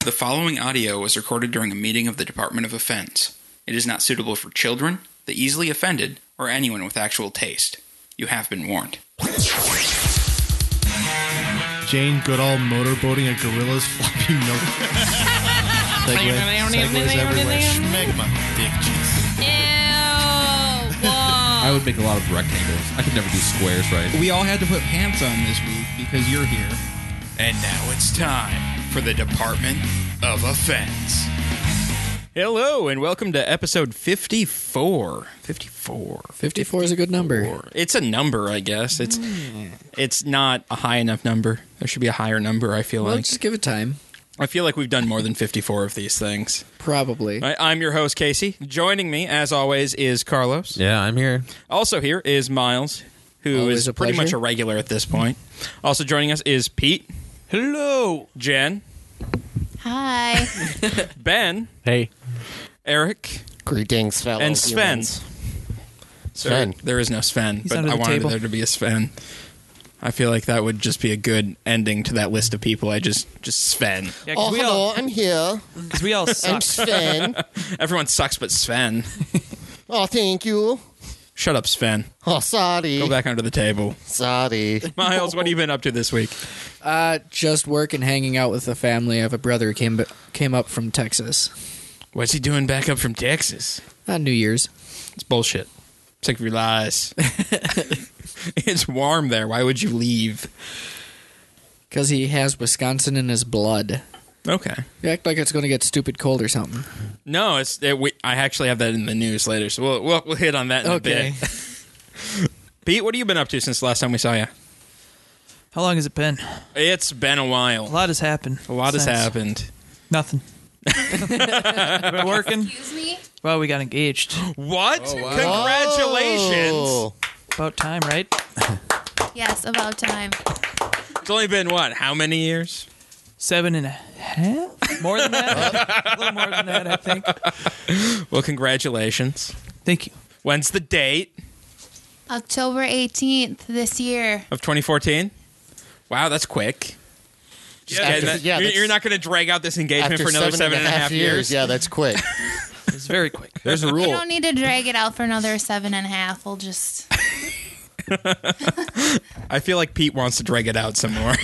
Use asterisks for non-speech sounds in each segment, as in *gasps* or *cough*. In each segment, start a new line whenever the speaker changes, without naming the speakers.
The following audio was recorded during a meeting of the Department of Offense. It is not suitable for children, the easily offended, or anyone with actual taste. You have been warned.
Jane Goodall motorboating a gorilla's floppy *laughs* milk. Segway, segways everywhere.
Ew. Whoa.
I would make a lot of rectangles. I could never do squares, right?
We all had to put pants on this week because you're here.
And now it's time for the Department of Offense. Hello, and welcome to episode 54. 54.
54 is a good number.
It's a number, I guess. It's it's not a high enough number. There should be a higher number, I feel
Well,
like.
just give it time.
I feel like we've done more than 54 of these things.
Probably.
I, I'm your host, Casey. Joining me, as always, is Carlos.
Yeah, I'm here.
Also here is Miles, who is
Always a
pretty
pleasure.
much a regular at this point. Also joining us is Pete. Hello. Jen.
Hi.
Ben.
Hey.
Eric.
Greetings, fellow
and Sven.
humans.
Sven.
Sven.
There is no Sven, but
under
I
the
wanted
table.
there to be a Sven. I feel like that would just be a good ending to that list of people. I just just Sven.
Yeah,
Oh,
cause we all,
hello, I'm here.
cause we all
I'm
suck.
Sven.
Everyone sucks but Sven.
oh, thank you.
Shut up, Sven.
Oh, sorry.
Go back under the table.
Sorry.
Miles, what have you been up to this week?
Uh, just work and hanging out with the family. I have a brother who came, came up from Texas
What's he doing back up from Texas?
on New Year's.
It's bullshit. Sick of your lies. *laughs* it's warm there. Why would you leave?
Because he has Wisconsin in his blood.
Okay.
You act like it's going to get stupid cold or something.
No, it's it, we, I actually have that in the news later, so we'll we'll, we'll hit on that in a
Okay.
bit. *laughs* Pete, what have you been up to since the last time we saw you?
How long has it been?
It's been a
A
while.
lot has happened.
A lot has
since.
happened. *laughs*
Nothing. I've been working.
Excuse me?
Well, we got engaged.
What?
Oh,
About time, right?
Yes, about time.
It's only been what? How many years?
Seven and a half? More than
*laughs*
that? a little more than that, I think.
Well, congratulations.
Thank you.
When's the date
October 18th this year.
of 2014? Wow, that's quick. Just
after-
getting that-
yeah,
you're-
that's-
you're not going to drag out this engagement
after
for another seven and a half
years. Yeah, that's quick. *laughs*
It's very quick.
There's a
You
rule.
don't need to drag it out for another seven and a half. We'll just.
*laughs* I feel like Pete wants to drag it out some *laughs* more.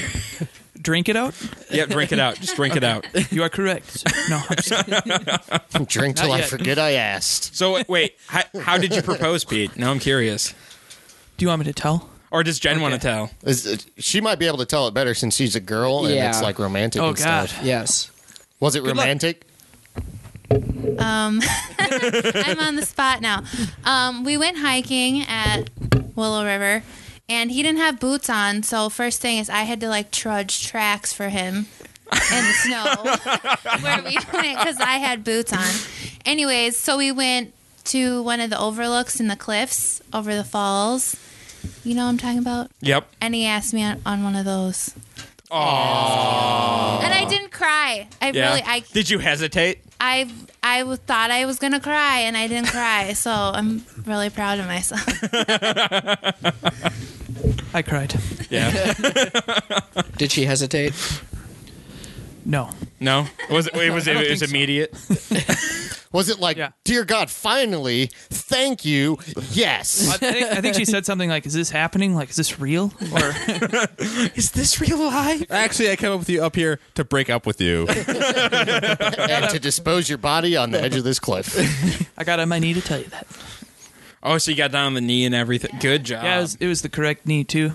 Drink it out?
yep, drink it out. Just drink it *laughs* out.
You are correct. No, I'm just kidding.
Drink till I
yet.
forget I asked.
So wait, how, how did you propose, Pete? Now I'm curious.
Do you want me to tell?
Or does Jen want to tell?
Is it- she might be able to tell it better since she's a girl and
Yeah.
it's like romantic
Oh,
and
God.
stuff.
Yes.
Was it
luck.
romantic?
Um, I'm on the spot now. Um, we went hiking at Willow River, and he didn't have boots on. So first thing is I had to like trudge tracks for him in the snow where we went because I had boots on. Anyways, so we went to one of the overlooks in the cliffs over the falls. You know what I'm talking about?
Yep.
And he asked me on, on one of those. Aww. And I didn't cry. I
Yeah.
really, I
did you hesitate?
I I w- thought I was gonna cry and I didn't cry, so I'm really proud of myself.
I cried. *laughs*
Yeah.
Did she hesitate?
No.
no. Was it? It was, it
don't
was
think so.
immediate.
Was it like,
Yeah.
dear God, finally, thank you, yes.
*laughs* I think, I think she said something like, is this happening? Like, is this real? Or *laughs*
Is this real life?
Actually, I came up with you up here to break up with you.
and to dispose your body on the edge of this cliff.
I got on my knee to tell you that.
Oh, so you got down on the knee and everything. Good job.
Yeah, it was, it was the correct knee, too.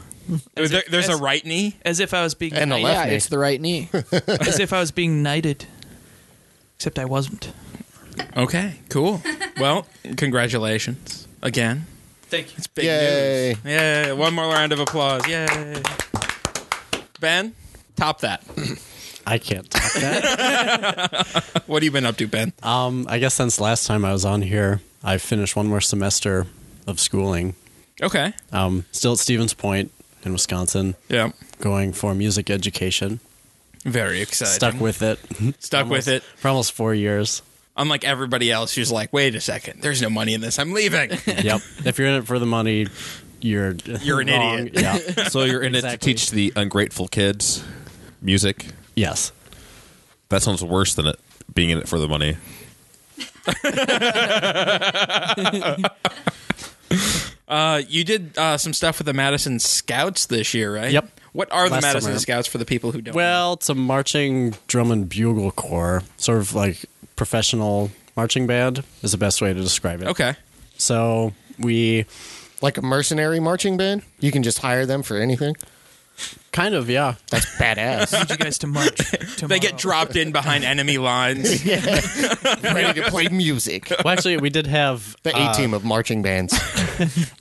There- there's a
as-
right knee.
As if I was being
And a
knighted.
left
yeah,
knee.
it's the right knee.
as if I was being knighted. Except I wasn't.
Okay. Cool. Well, congratulations again.
Thank you.
Big
Yay.
news. Yeah. One more round of applause. Yay. Ben, top
*clears throat*
that.
I can't talk that.
*laughs* What have you been up to, Ben?
Um, I guess since last time I was on here, I finished one more semester of schooling.
Okay.
Um, still at Stevens Point in Wisconsin,
Yeah.
going for music education.
Very exciting.
Stuck with it.
*laughs* Stuck with it.
for almost four years.
Unlike everybody else who's like, wait a second, there's no money in this. I'm
*laughs*
leaving. *laughs*
Yep. if you're in it for the money, you're
You're an
wrong.
idiot. *laughs*
Yeah.
so you're in it to
Exactly.
teach the ungrateful kids music.
yes.
That sounds worse than it being in it for the money.
Uh, you did uh, some stuff with the Madison Scouts this year, right?
Yep.
What are the
Last
Madison
summer.
Scouts for the people who don't?
Well, it's a marching drum and bugle corps, sort of like professional marching band is the best way to describe it.
know? okay.
So we
Like a mercenary marching band? You can just hire them for anything?
kind of, yeah.
That's badass.
*laughs* need you guys to march. Tomorrow.
*laughs* They get dropped in
*laughs*
behind enemy lines.
Ready to play music.
Well, actually, we did have
The
uh,
A team of marching bands.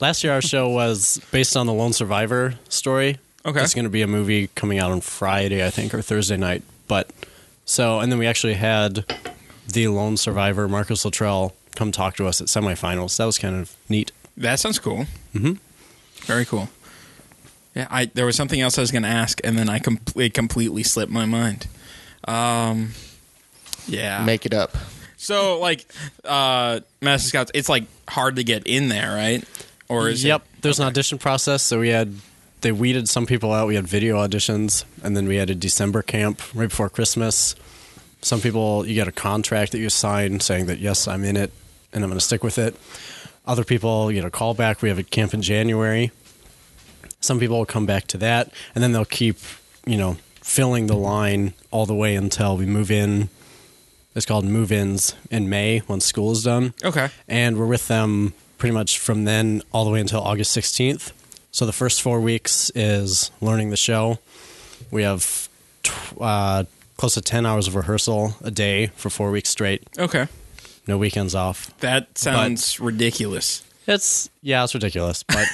Last year, our show was based on the Lone Survivor story.
Okay.
It's going to be a movie coming out on Friday, I think, or Thursday night. But so, and then we actually had the Lone Survivor, Marcus Luttrell, come talk to us at semifinals. That was kind of neat.
That sounds cool. Mm-hmm. Very cool. Yeah, I there was something else I was going to ask, and then I com- it completely slipped my mind. Um, yeah.
Make it up.
so like, uh, Madison Scouts, it's like hard to get in there, right? Or is it-
yep. There's an audition process. So we had, they weeded some people out. We had video auditions, and then we had a December camp right before Christmas. Some people, you get a contract that you sign saying that, yes, I'm in it and I'm going to stick with it. Other people, you know, call back. We have a camp in January. Some people will come back to that, and then they'll keep, you know, filling the line all the way until we move in. It's called move ins in May once school is done
okay?
and we're with them pretty much from then all the way until August 16th. So the first four weeks is learning the show. We have tw- uh, close to 10 hours of rehearsal a day for four weeks straight,
Okay,
no weekends off.
that sounds ridiculous.
It's, yeah, it's ridiculous, but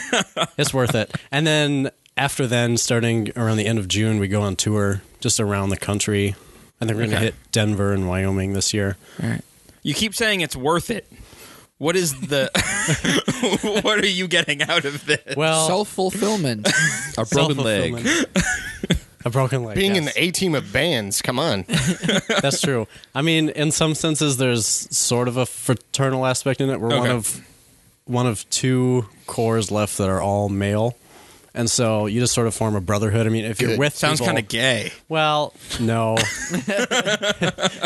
it's worth it. And then after then, starting around the end of June, we go on tour just around the country. I think we're going to
Okay.
hit Denver and Wyoming this year.
You keep saying it's worth it. What is the? *laughs* what are you getting out of this?
Well,
Self fulfillment.
A broken leg.
self-fulfillment. a broken leg.
Being
yes.
in the A team of bands, come on.
That's true. I mean, in some senses, there's sort of a fraternal aspect in it. We're one
Okay.
of one of two cores left that are all male, and so you just sort of form a brotherhood. I mean, if you're
Good.
with
Sounds
people-
kind of gay.
well, no, *laughs*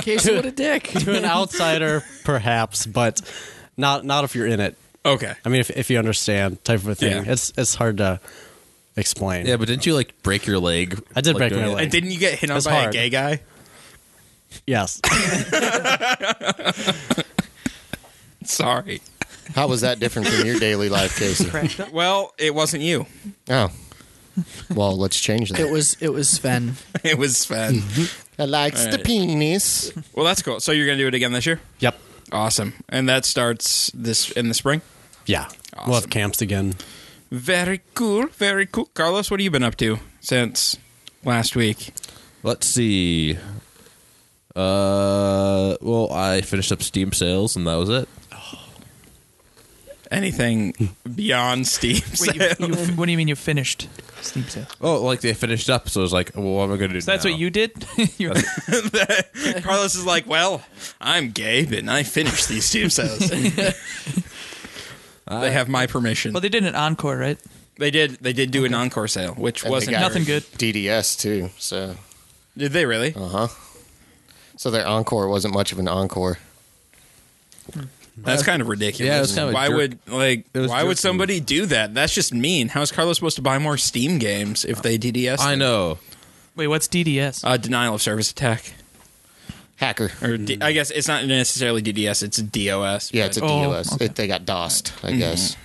Casey, what a dick.
to an outsider perhaps, but not not if you're in it.
Okay.
I mean, if if you understand type of a thing,
Yeah.
it's it's hard to explain.
Yeah, but didn't you like break your leg?
I did
like,
break
doing
my
it?
leg.
And didn't you get hit on
That's
by a
hard.
gay guy?
Yes,
Sorry.
How was that different from your daily life, Casey?
Well, it wasn't you. *laughs*
Oh. Well, let's change that.
It was it was Sven.
It was Sven.
I likes the
Alright.
penis.
well, that's cool. So you're gonna do it again this year?
yep,
Awesome. And that starts this in the spring.
yeah.
Awesome.
We'll have camps again.
Very cool. Very cool. Carlos, what have you been up to since last week?
Let's see. Uh, well, I finished up Steam sales, and that was it.
Anything beyond Steve's?
Wait, you, you, what do you mean you finished Steam sale?
Oh, like they finished up, so I was like, well, what am I going to do?
So that's
now?
what you did. *laughs* You're
*laughs* Carlos is like, well, I'm gay, but I finished these Steve sales. they have my permission.
well, they did an encore, right?
They did. They did do an encore sale, which
And they
wasn't
got
Nothing good.
DDS too. So,
Did they really?
uh huh. So their encore wasn't much of an encore.
That's kind of
Uh,
ridiculous.
Yeah, it was kind of a
why
jerk-
would like
it was
why would
jerky.
somebody do that? That's just mean. How is Carlos supposed to buy more Steam games if they DDS?
I know.
Wait, what's DDS?
Uh, denial of service attack,
Hacker.
or D-
Hmm.
I guess it's not necessarily DDS. It's DOS.
Yeah,
but-
it's a
Oh,
DOS.
okay.
It, they got DOSed, I guess.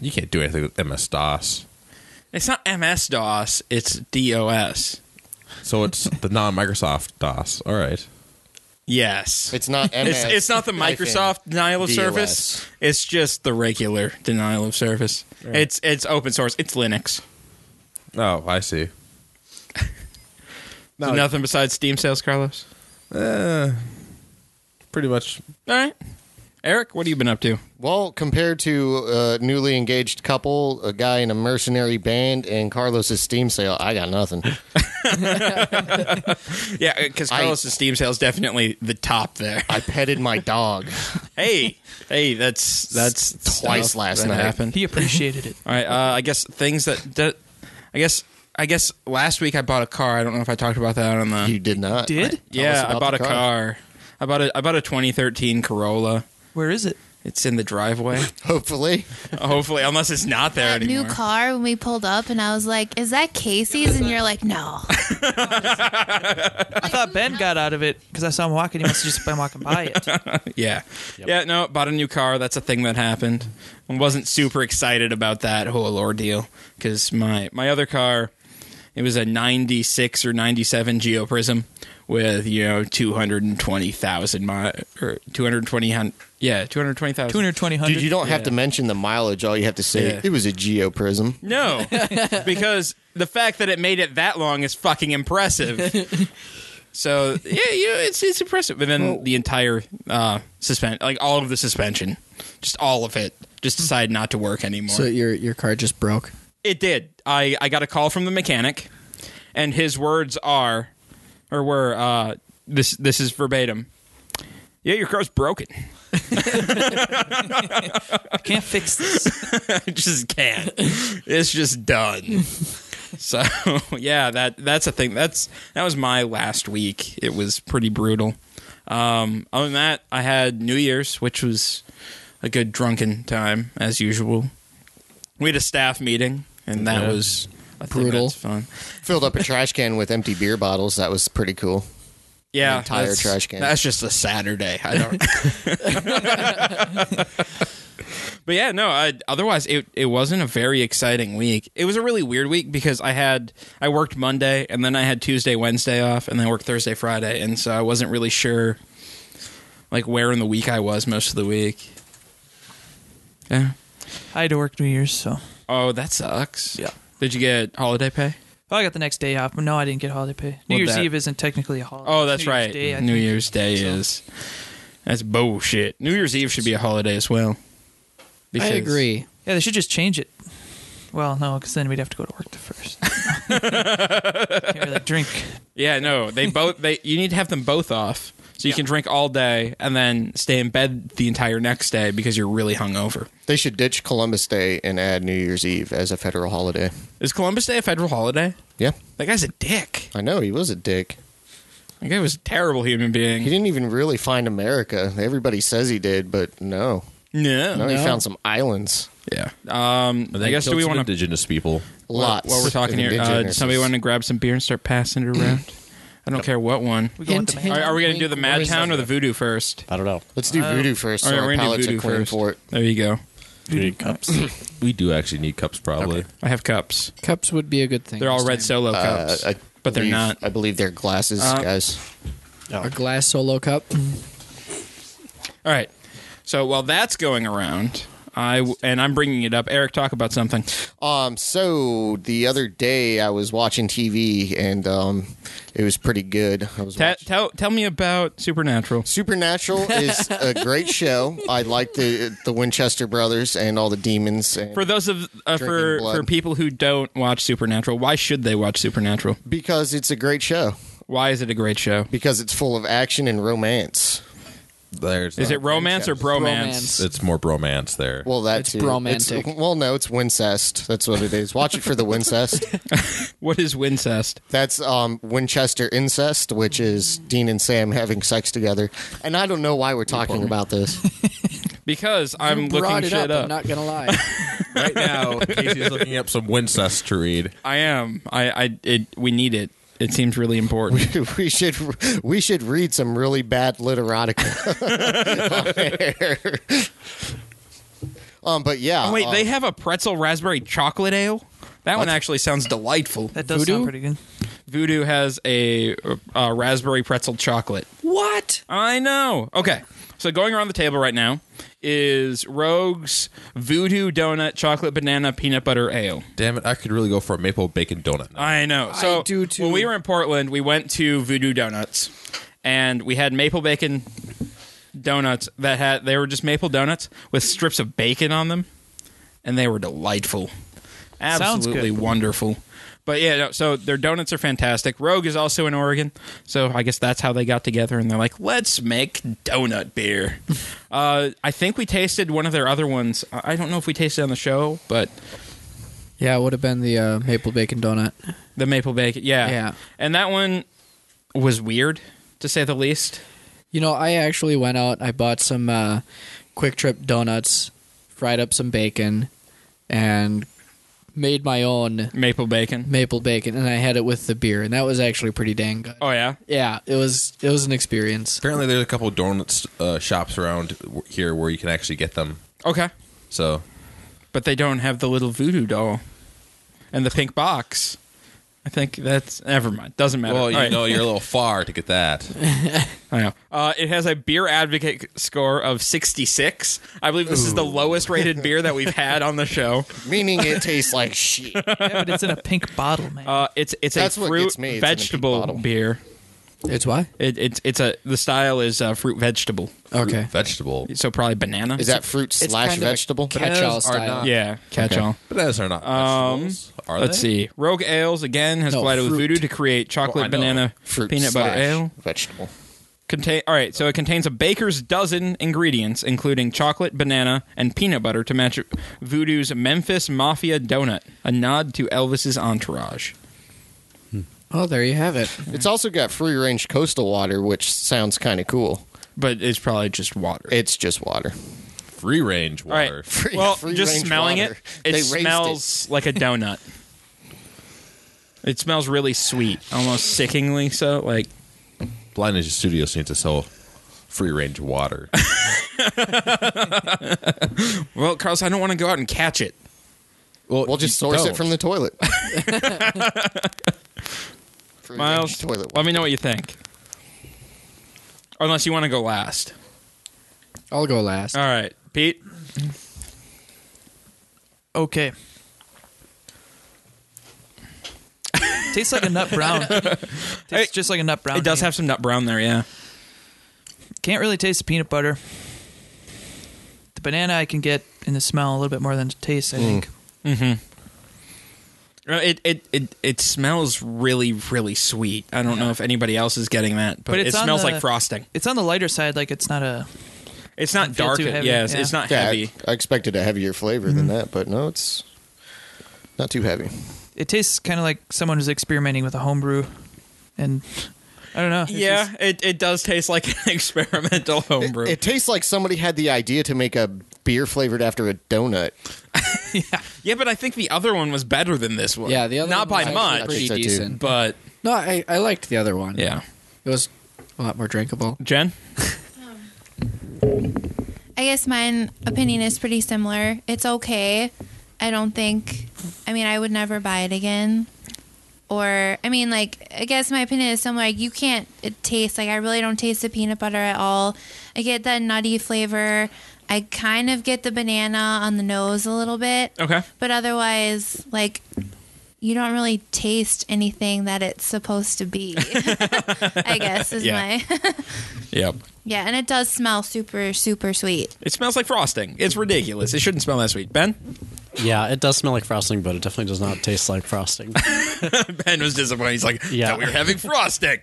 You can't do anything with MS DOS.
it's not MS DOS. It's DOS.
So
*laughs*
it's the non Microsoft DOS. All right.
Yes,
It's not MS.
it's, it's not the Microsoft denial of
DOS.
service. It's just the regular denial of service. It's it's open source. It's Linux.
Oh, I see.
So nothing besides Steam sales, Carlos.
Eh, Pretty much.
All right, Eric, what have you been up to?
Well, compared to a newly engaged couple, a guy in a mercenary band, and Carlos's Steam sale, I got nothing.
Yeah, because
I-
Carlos' Steam sale is definitely the top there.
I petted my dog.
*laughs* hey, hey, that's that's
Twice
stuff
last
that
night.
Happened. *laughs*
He appreciated it.
All right, uh, I guess things that, that I guess I guess last week I bought a car. I don't know if I talked about that on the.
You did not.
Did? Tell
Yeah,
us
I
about
bought
the
a car.
car.
I bought a I bought a 2013 Corolla.
Where is it?
It's in the driveway.
Hopefully,
*laughs* Hopefully, unless it's not there
That
anymore.
new car when we pulled up, and I was like, "Is that Casey's?" And you're like, "No."
I thought Ben got out of it because I saw him walking. He must have just been walking by
*laughs*
it.
Yeah. Yeah, no, bought a new car. That's a thing that happened. I wasn't super excited about that whole ordeal because my, my other car, it was a 96 or 97 Geo Prism with, you know, 220,000 mi- or 220, hun- yeah, 220,000.
220
dude, you don't have to mention the mileage. All you have to say
Yeah.
it was a Geo Prism.
No, because the fact that it made it that long is fucking impressive. So yeah, you know, it's it's impressive. And then the entire uh, suspension, like all of the suspension, just all of it, just decided not to work anymore.
So your your car just broke.
it did. I I got a call from the mechanic, and his words are, or were uh, this this is verbatim. Yeah, your car's broken.
I can't fix this.
I *laughs* just can't. It's just done. So *laughs* yeah, that that's a thing. That's that was my last week. It was pretty brutal. Um, other than that, I had New Year's, which was a good drunken time as usual. We had a staff meeting, and that was a thing
Brutal.
that's fun.
Filled up a trash can with empty beer bottles. That was pretty cool.
Yeah,
entire
that's-
trash can.
That's just a Saturday. I don't. but yeah, no. I, otherwise, it it wasn't a very exciting week. It was a really weird week because I had I worked Monday and then I had Tuesday, Wednesday off, and then I worked Thursday, Friday, and so I wasn't really sure like where in the week I was most of the week. Yeah.
I had to work New Year's, so.
Oh, that sucks.
Yeah.
Did you get holiday pay?
Oh, I got the next day off, but no, I didn't get holiday pay. New
Well,
Year's
that-
Eve isn't technically a holiday.
Oh, that's
New Year's
right.
Day, I
New
think.
Year's Day is. That's bullshit. New Year's Eve should be a holiday as well.
I agree.
Yeah, they should just change it. Well, no, because then we'd have to go to work the
*laughs*
first. Can't really drink.
Yeah, no, they both. They you need to have them both off so you can drink all day and then stay in bed the entire next day because you're really hungover.
*laughs* They should ditch Columbus Day and add New Year's Eve as a federal holiday.
Is Columbus Day a federal holiday?
Yeah,
That guy's a dick.
I know he was a dick.
That guy was a terrible human being.
He didn't even really find America. Everybody says he did, but no. *laughs*
no,
No, he found some islands.
Yeah. Um.
And
I
they
guess do
killed
we
some
want to
indigenous people?
Lots.
while we're
of
talking here? Uh, does
indigenous-
somebody want to grab some beer and start passing
*clears throat*
it around? I don't care what one.
We go with the
Hint,
man.
Are, are we gonna do the
Wink,
Mad
wink.
Town or the Voodoo first?
I don't know.
Let's do voodoo first.
Uh, All
So
right,
our
we're gonna do
palates are
voodoo
clean
first.
for it.
There you go.
We need cups.
We do actually need cups, probably.
I have cups.
Cups would be a good thing.
They're all
this
red
time.
solo cups,
Uh, I
but they're
believe-
not.
I believe they're glasses,
Uh,
guys.
A glass solo
*laughs*
cup.
All right. So while that's going around, I w- and I'm bringing it up. Eric, talk about something.
Um, so the other day I was watching TV and um, it was pretty good. I was
Ta-
watching-
tell tell me about Supernatural.
Supernatural
*laughs*
is a great show. I like the the Winchester brothers and all the demons. And
For those of uh, for
Drinking blood.
for people who don't watch Supernatural, why should they watch Supernatural?
because it's a great show.
Why is it a great show?
Because it's full of action and romance.
There's
Is
not-
it romance or bromance?
Bromance.
It's more bromance there.
Well, that's
It's romantic.
well, no, it's Wincest. That's what it is. Watch it for the Wincest.
What is wincest?
That's um, Winchester incest, which is Dean and Sam having sex together. And I don't know why we're talking about this. *laughs*
Because I'm
Brought
looking
it
shit up.
I'm not gonna lie.
*laughs*
right now, Casey's looking up some Wincest to read.
I am. I I it, we need it. It seems really important.
*laughs* we should we should read some really bad literatica. *laughs* on air. um, but yeah.
Oh, Wait,
um,
they have a pretzel raspberry chocolate ale. That one actually sounds delightful.
That does sound pretty good.
Voodoo has a uh, raspberry pretzel chocolate.
What?
I know. Okay. So going around the table right now is Rogue's Voodoo Donut Chocolate Banana Peanut Butter Ale.
Damn it, I could really go for a maple bacon donut. now.
I know. So
do too.
when we were in Portland, we went to Voodoo Donuts and we had maple bacon donuts that had they were just maple donuts with strips of bacon on them and they were delightful.
Sounds good.
Absolutely wonderful. But yeah, no, so their donuts are fantastic. Rogue is also in Oregon, so I guess that's how they got together. And they're like, "Let's make donut beer." uh, I think we tasted one of their other ones. I I don't know if we tasted on the show, but
Yeah, it would have been the uh, maple bacon donut.
The maple bacon, yeah,
Yeah.
And that one was weird, to say the least.
You know, I actually went out. I bought some uh, Quick Trip donuts, fried up some bacon, and made my own
maple bacon.
Maple bacon, and I had it with the beer, and that was actually pretty dang good.
Oh yeah,
Yeah, it was. It was an experience.
Apparently, there's a couple of donuts uh, shops around w- here where you can actually get them.
Okay,
So
but they don't have the little voodoo doll and the pink box. I think that's never mind. Doesn't matter.
Well, you
All right.
know, you're a little far to get that.
*laughs*
I know. Uh, it has a beer advocate score of 66. I believe this is the lowest rated beer
*laughs*
that we've had on the show.
Meaning it tastes like shit.
but it's in a pink bottle, man.
Uh, it's it's
That's
a
what
fruit
gets me. It's in a big
vegetable
bottle.
beer.
It's why?
It, it's it's a the style is uh, fruit vegetable,
Okay.
Vegetable.
so probably banana.
Is that fruit
It's
slash
kind of a
vegetable?
Catch-all
Bananas are
style.
not-
yeah catch all?
Bananas are not
Um,
vegetables. are
Let's
they?
see. Rogue Ales again has
No,
collided with
fruit.
Voodoo to create
Well,
chocolate
I know.
banana
Fruit
peanut
slash
butter ale.
Vegetable.
Contain all right, so it contains a baker's dozen ingredients, including chocolate, banana, and peanut butter, to match Voodoo's Memphis Mafia donut, a nod to Elvis's entourage.
Oh, there you have it.
It's also got free range coastal water, which sounds kind of cool.
But it's probably just water.
It's just water.
Free range
all right,
water.
Free-
well,
free
just
range
smelling
water.
it,
They
it
raised it.
smells like a donut. it smells really sweet, almost sickingly so. Like
Blind Ninja Studios needs to sell free range water.
Well, Carlos, I don't want to go out and catch it.
*laughs* We'll just source it
don't.
from the *laughs* toilet. Free range
Miles,
toilet
let me know what you think. Unless you want to go last.
I'll go last.
All right, Pete.
okay. Tastes like a nut
*laughs*
brown. Tastes
Hey,
just like a nut brown.
It does
to me.
have some nut brown there, yeah.
Can't really taste the peanut butter. The banana I can get in the smell a little bit more than the taste. I
Mm.
think.
Uh, It it it it smells really really sweet. I don't know if anybody else is getting that, but,
But
it
it's on
smells
the-
like frosting.
It's on the lighter side. Like it's not a.
It's not
Doesn't feel
dark.
too heavy,
yes,
yeah.
it's not
Yeah,
heavy.
I, I expected a heavier flavor than that, but no, it's not too heavy.
It tastes kind of like someone who's experimenting with a homebrew, and I don't know. it's
Yeah,
just-
it, it does taste like an *laughs* experimental homebrew.
It tastes like somebody had the idea to make a beer flavored after a *laughs* donut.
yeah, but I think the other one was better than this one.
Yeah, the other one
not
was
by
actually
much,
Pretty
I think so, too.
decent.
but
No, I, I liked the other one.
yeah.
It was a lot more drinkable.
Jen,
I guess mine opinion is pretty similar. It's okay. I don't think. I mean, I would never buy it again. Or I mean, like I guess my opinion is similar. Like you can't it tastes like I really don't taste the peanut butter at all. I get that nutty flavor. I kind of get the banana on the nose a little bit.
okay.
But otherwise, like, you don't really taste anything that it's supposed to be. *laughs* I guess is
Yeah.
my *laughs*
Yep.
yeah, and it does smell super super sweet.
It smells like frosting. It's ridiculous. It shouldn't smell that sweet. Ben?
Yeah, it does smell like frosting, but it definitely does not taste like frosting.
Ben was disappointed. He's like,
Yeah.
"Thought we were having frosting.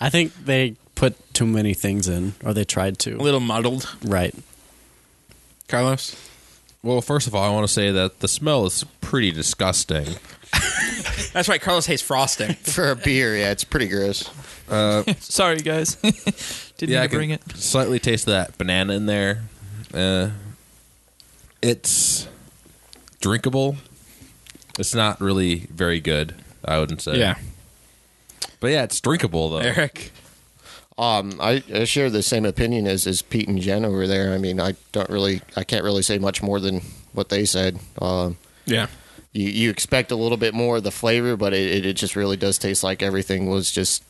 I think they put too many things in, or they tried
A
to.
little muddled.
Right.
Carlos?
well, first of all, I want to say that the smell is pretty disgusting.
That's right. Carlos hates frosting.
For a beer, yeah, it's pretty gross.
Sorry guys, *laughs* didn't
yeah,
need
I
to bring it.
can slightly taste that banana in there. Uh, it's drinkable. It's not really very good. I wouldn't say.
Yeah.
but yeah, it's drinkable though.
*laughs* Eric?
Um, I, I share the same opinion as, as Pete and Jen over there. I mean, I don't really, I can't really say much more than what they said. Um,
Yeah.
you, you expect a little bit more of the flavor, but it, it, it just really does taste like everything was just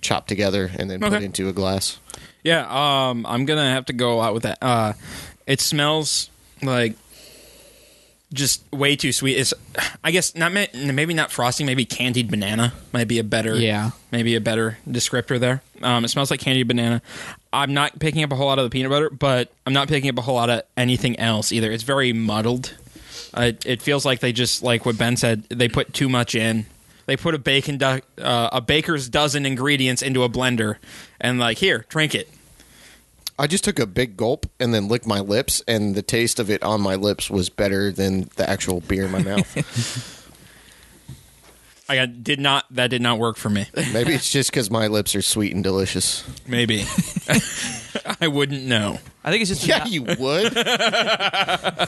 chopped together and then put
Okay.
into a glass.
Yeah. Um, I'm going to have to go out with that. Uh, it smells like just way too sweet. It's, I guess, not ma- maybe not frosting, maybe candied banana might be a better.
Yeah.
Maybe a better descriptor there. Um, it smells like candied banana. I'm not picking up a whole lot of the peanut butter, but I'm not picking up a whole lot of anything else either. It's very muddled. Uh, it, it feels like they just like what Ben said. They put too much in. They put a bacon do- uh, a baker's dozen ingredients into a blender, and like here, drink it.
I just took a big gulp and then licked my lips, and the taste of it on my lips was better than the actual beer in my mouth.
I got, did not. That did not work for me.
Maybe it's just because my lips are sweet and delicious.
Maybe. *laughs* I wouldn't know.
I think it's just
yeah, you would.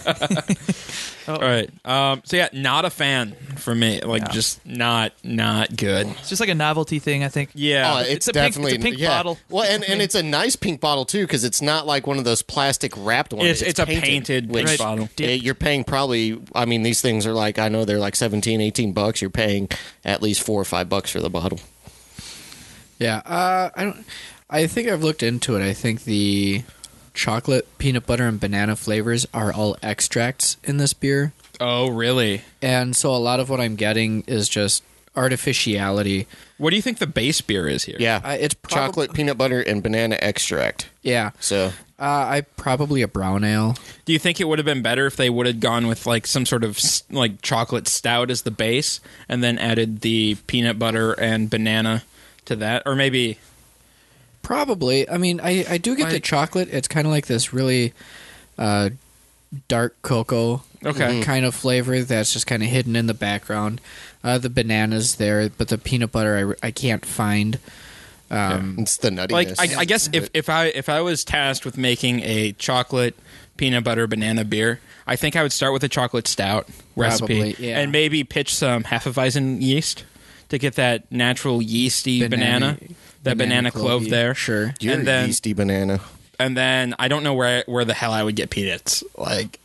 All right. Um, so yeah, not a fan for me. Like
Yeah.
just not not good.
It's just like a novelty thing, I think.
Yeah.
Oh, it's,
a pink- it's a
definitely
pink
yeah.
bottle.
Well,
*laughs*
and, and
Pink.
it's a nice pink bottle too, because it's not like one of those plastic wrapped ones.
It's- it's a painted
which
pink bottle.
eh, you're paying probably. I mean, these things are like I know they're like 17, 18 bucks. You're paying at least four or five bucks for the bottle.
Yeah, uh, I don't. I think I've looked into it. I think the chocolate, peanut butter, and banana flavors are all extracts in this beer,
oh really?
and so a lot of what I'm getting is just artificiality.
What do you think the base beer is here?
Yeah,
Uh, it's probab-
chocolate, peanut butter, and banana extract.
Yeah,
So
uh, I probably a brown ale.
Do you think it would have been better if they would have gone with like some sort of s- like chocolate stout as the base, and then added the peanut butter and banana to that, or maybe
Probably. I mean, I I do get the
Like-
chocolate. It's kind of like this really uh, dark cocoa.
Okay.
Kind of flavor that's just kind of hidden in the background. Uh, the bananas there, but the peanut butter I, I can't find.
Mm.
it's the nuttiness.
like I, I guess if, if I if I was tasked with making a chocolate peanut butter banana beer, I think I would start with a chocolate stout recipe
Probably, yeah.
and maybe pitch some Hefeweizen yeast to get that natural yeasty banana,
Banana-
that banana,
banana
clove
clovey,
there.
sure.
you're
and then
yeasty banana.
and then I don't know where where the hell I would get peanuts. Like *laughs*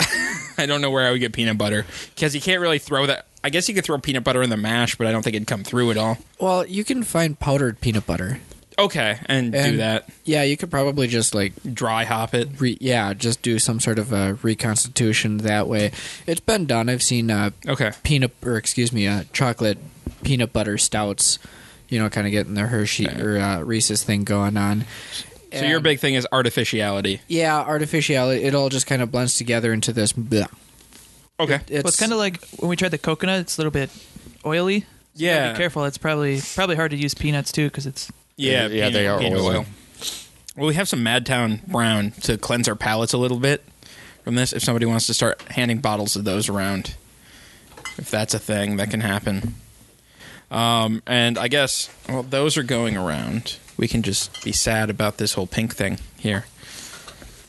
I don't know where I would get peanut butter because you can't really throw that. I guess you could throw peanut butter in the mash, but I don't think it'd come through at all.
Well, you can find powdered peanut butter.
Okay, and, do
And-
that.
Yeah, you could probably just like
Dry hop it.
re- yeah, just do some sort of a reconstitution that way. It's been done. I've seen uh,
Okay.
peanut or excuse me, uh, chocolate peanut butter stouts. You know, kind of getting the Hershey or uh, Reese's thing going on.
So your
And-
big thing is artificiality.
yeah artificiality. It all just kind of blends together into this. Blah.
Okay.
It's,
Well, it's kind of like when we tried the coconut. It's a little bit oily. So you gotta
Yeah.
Be careful. It's probably probably hard to use peanuts too because it's
Yeah,
Yeah, they are oily.
Well, we have some Madtown Brown to cleanse our palates a little bit from this. If somebody wants to start handing bottles of those around, if that's a thing that can happen. Um, and I guess well, those are going around. We can just be sad about this whole pink thing here.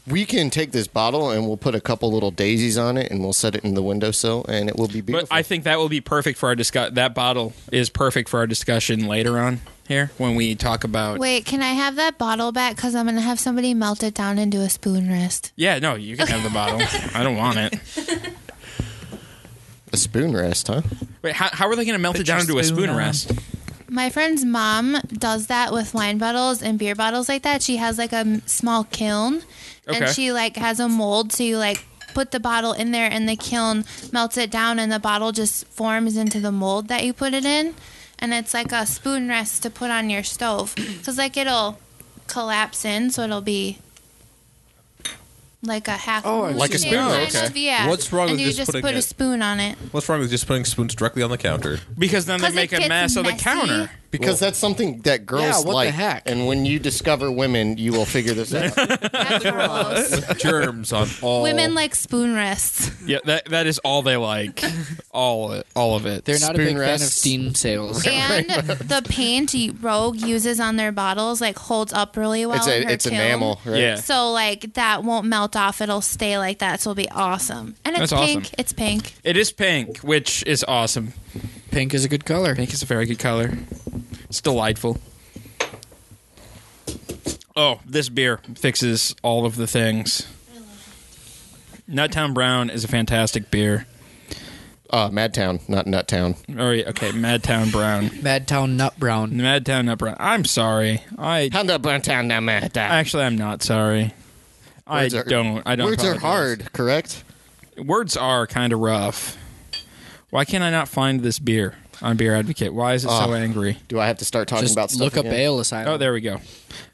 We can take this bottle and we'll put a couple little daisies on it and we'll set it in the windowsill and it will be beautiful.
But I think that will be perfect for our discuss. That bottle is perfect for our discussion later on here when we talk about.
Wait, can I have that bottle back? Because I'm going to have somebody melt it down into a spoon rest.
Yeah, no, you can have the bottle. I don't want it.
a spoon rest, huh?
Wait, how, how are they going to melt
Put
it down
your
into a
spoon
spoon
on.
rest?
My friend's mom does that with wine bottles and beer bottles like that. She has like a m- small kiln
Okay.
and she like has a mold so you like put the bottle in there and the kiln melts it down and the bottle just forms into the mold that you put it in and it's like a spoon rest to put on your stove *clears throat* cuz like it'll collapse in so it'll be like a half
Oh, I
moon
Like a
shape
spoon,
kind
okay.
of, yeah
What's wrong
and
with
you
just
just
putting
put a
it-
spoon on it
What's wrong with just putting spoons directly on the counter?
Because then they
'Cause it
make a
gets
mess of the
messy.
counter.
Because that's something that
Yeah,
girls
what the
like.
heck?
And when you discover women, you will figure this
*laughs*
out.
*laughs* That's gross.
Germs on all.
women like spoon
*laughs*
rests
Yeah, that that is all they *laughs* like. all all of it.
they're not a
spoon
big fan of
rests.
steam sales.
And the paint Rogue uses on their bottles like holds up really well.
it's
in
a,
her
it's
kiln.
enamel, right?
Yeah.
So like that won't melt off. It'll stay like that. So it'll be awesome. And it's
That's awesome.
pink. It's pink.
It is pink, which is awesome.
Pink is a good color.
Pink is a very good color. It's delightful. Oh, this beer fixes all of the things. Nuttown Brown is a fantastic beer.
Uh, Madtown, not Nuttown.
All right, okay, Madtown Brown.
Madtown Nut Brown.
Madtown Nut Brown. I'm sorry. I
Honda Browntown, not Madtown.
actually I'm not sorry. I
Words are-
don't I don't
Words are
apologize.
hard, correct?
words are kind of rough. Why can't I not find this beer on Beer Advocate? Why is it so
Ah.
Oh.
angry?
Do I have to start talking
Just
about stuff
look up
again?
ale asylum.
Oh, there we go.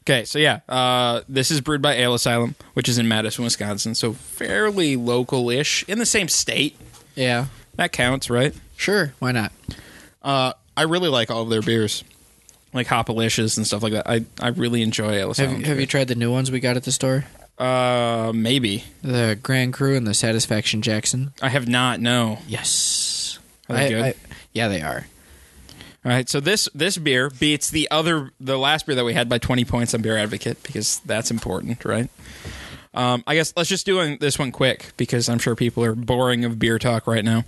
Okay, so yeah, uh, this is brewed by Ale Asylum, which is in Madison, Wisconsin, so fairly local-ish in the same state.
Yeah.
That counts, right?
Sure. Why not?
Uh, I really like all of their beers, like Hopalicious and stuff like that. I, I really enjoy Ale
Have,
Asylum.
have you tried the new ones we got at the store?
Uh, maybe
The Grand Crew and the Satisfaction Jackson.
I have not. No,
Yes.
Are they good?
yeah, they are.
All right, so this this beer beats the other the last beer that we had by 20 points on Beer Advocate because that's important, right? Um, I guess let's just do one- this one quick because I'm sure people are boring of beer talk right now.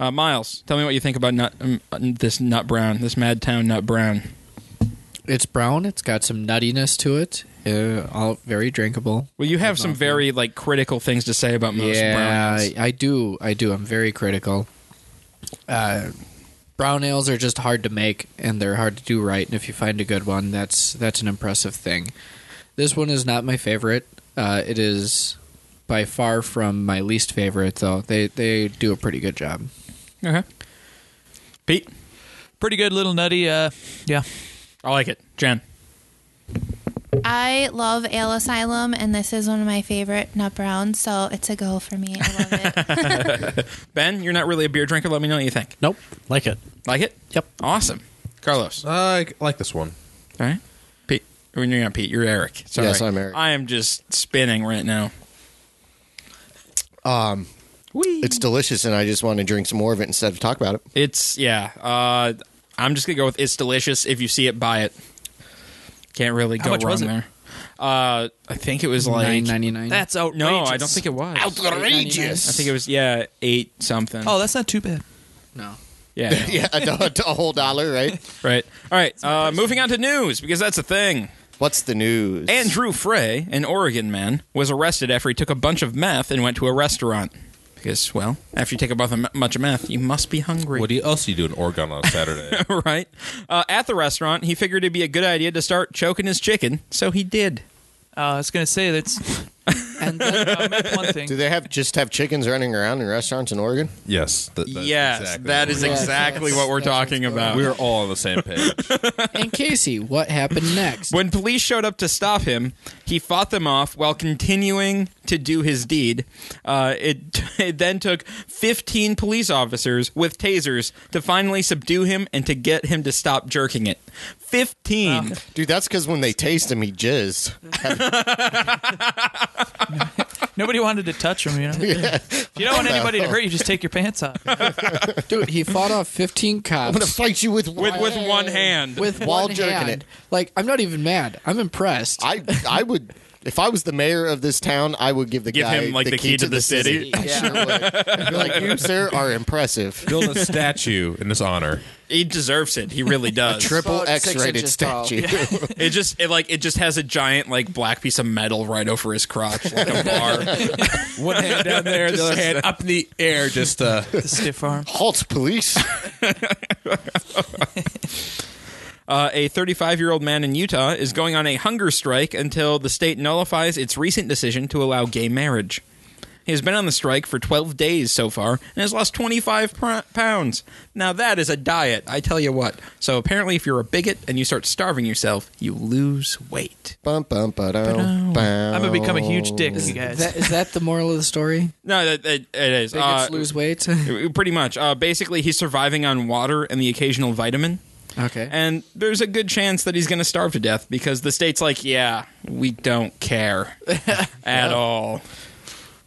Uh, Miles, tell me what you think about nut, um, uh, this nut brown, this Mad Town nut brown.
It's brown. It's got some nuttiness to it. Uh, all very drinkable.
Well, you have some very like critical things to say about most
yeah,
brown ales.
I, I do. I do. I'm very critical. Uh, brown ales are just hard to make, and they're hard to do right. And if you find a good one, that's that's an impressive thing. This one is not my favorite. Uh, it is by far from my least favorite, though. They they do a pretty good job.
Okay. Pete,
pretty good, little nutty. Uh, yeah,
I like it. Jen,
I love Ale Asylum, and this is one of my favorite nut browns, so it's a go for me. I love
*laughs*
it.
Ben, you're not really a beer drinker. Let me know what you think.
Nope, like it.
Like it?
Yep.
Awesome, Carlos.
I like this one.
All right, Pete. I mean, you're not Pete. You're Eric. Sorry.
Yes, I'm Eric.
I am just spinning right now.
Um, it's delicious, and I just want to drink some more of it instead of talk about it.
It's yeah. Uh, I'm just gonna go with it's delicious. If you see it, buy it. Can't really
How
go
much
wrong
was it?
there. Uh, I think it was like
Nine ninety nine.
that's outrageous.
no. I don't think it was.
Outrageous.
I think it was yeah eight something.
Oh, that's not too bad.
no.
*laughs*
yeah.
yeah, *laughs* a, do- a whole dollar, right?
Right. All right. Uh, moving on to news because that's a thing.
What's the news?
Andrew Frey, an Oregon man, was arrested after he took a bunch of meth and went to a restaurant. Because, well, after you take a bunch of, bunch of meth, you must be hungry.
What do you, else do you do in Oregon on Saturday?
*laughs* right? Uh, at the restaurant, he figured it'd be a good idea to start choking his chicken, so he did.
Uh, I was gonna say that's. and then, uh, meant one thing.
Do they have just have chickens running around in restaurants in Oregon?
yes. That, that's
yes,
exactly
that
what
is
we're-
exactly what we're talking about.
We are all on the same page.
*laughs* And Casey, what happened next?
When police showed up to stop him, he fought them off while continuing to do his deed. Uh, it, *laughs* it then took 15 police officers with tasers to finally subdue him and to get him to stop jerking it. 15.
Dude, that's because when they taste him, he *laughs* jizz.
Nobody wanted to touch him, you know. If you don't want anybody to hurt you, just take your pants off.
Dude, he fought off fifteen
I'm gonna
cops
fight you with
With, with one hand.
with
while
one
jerking
hand.
it.
Like I'm not even mad. I'm impressed.
I I would if I was the mayor of this town, I would give the
Give
guy
him, like, the key to the city.
I sure would. *laughs* I'd be like you, sir, are impressive.
*laughs* Build a statue in his honor.
he deserves it. He really does.
Triple
About six
X-rated
inches tall.
statue.
It just it like it just has a giant like black piece of metal right over his crotch like a bar. *laughs*
One hand down there, the other hand up in the air. Just uh,
The stiff arm.
*laughs* Halt, police!
Uh, a 35 year old man in Utah is going on a hunger strike until the state nullifies its recent decision to allow gay marriage. He has been on the strike for 12 days so far and has lost 25 pr- pounds. Now that is a diet, I tell you what. So apparently, if you're a bigot and you start starving yourself, you lose weight.
bum, bum, ba-dum,
I'm gonna become a huge dick, you
Is
guys.
that, is that the moral of the story?
No, that, that, it is.
Bigots
Uh,
lose weight.
Pretty much. Uh, basically, he's surviving on water and the occasional vitamin.
*laughs* okay.
And there's a good chance that he's going to starve to death because the state's like, yeah, we don't *laughs* care at all.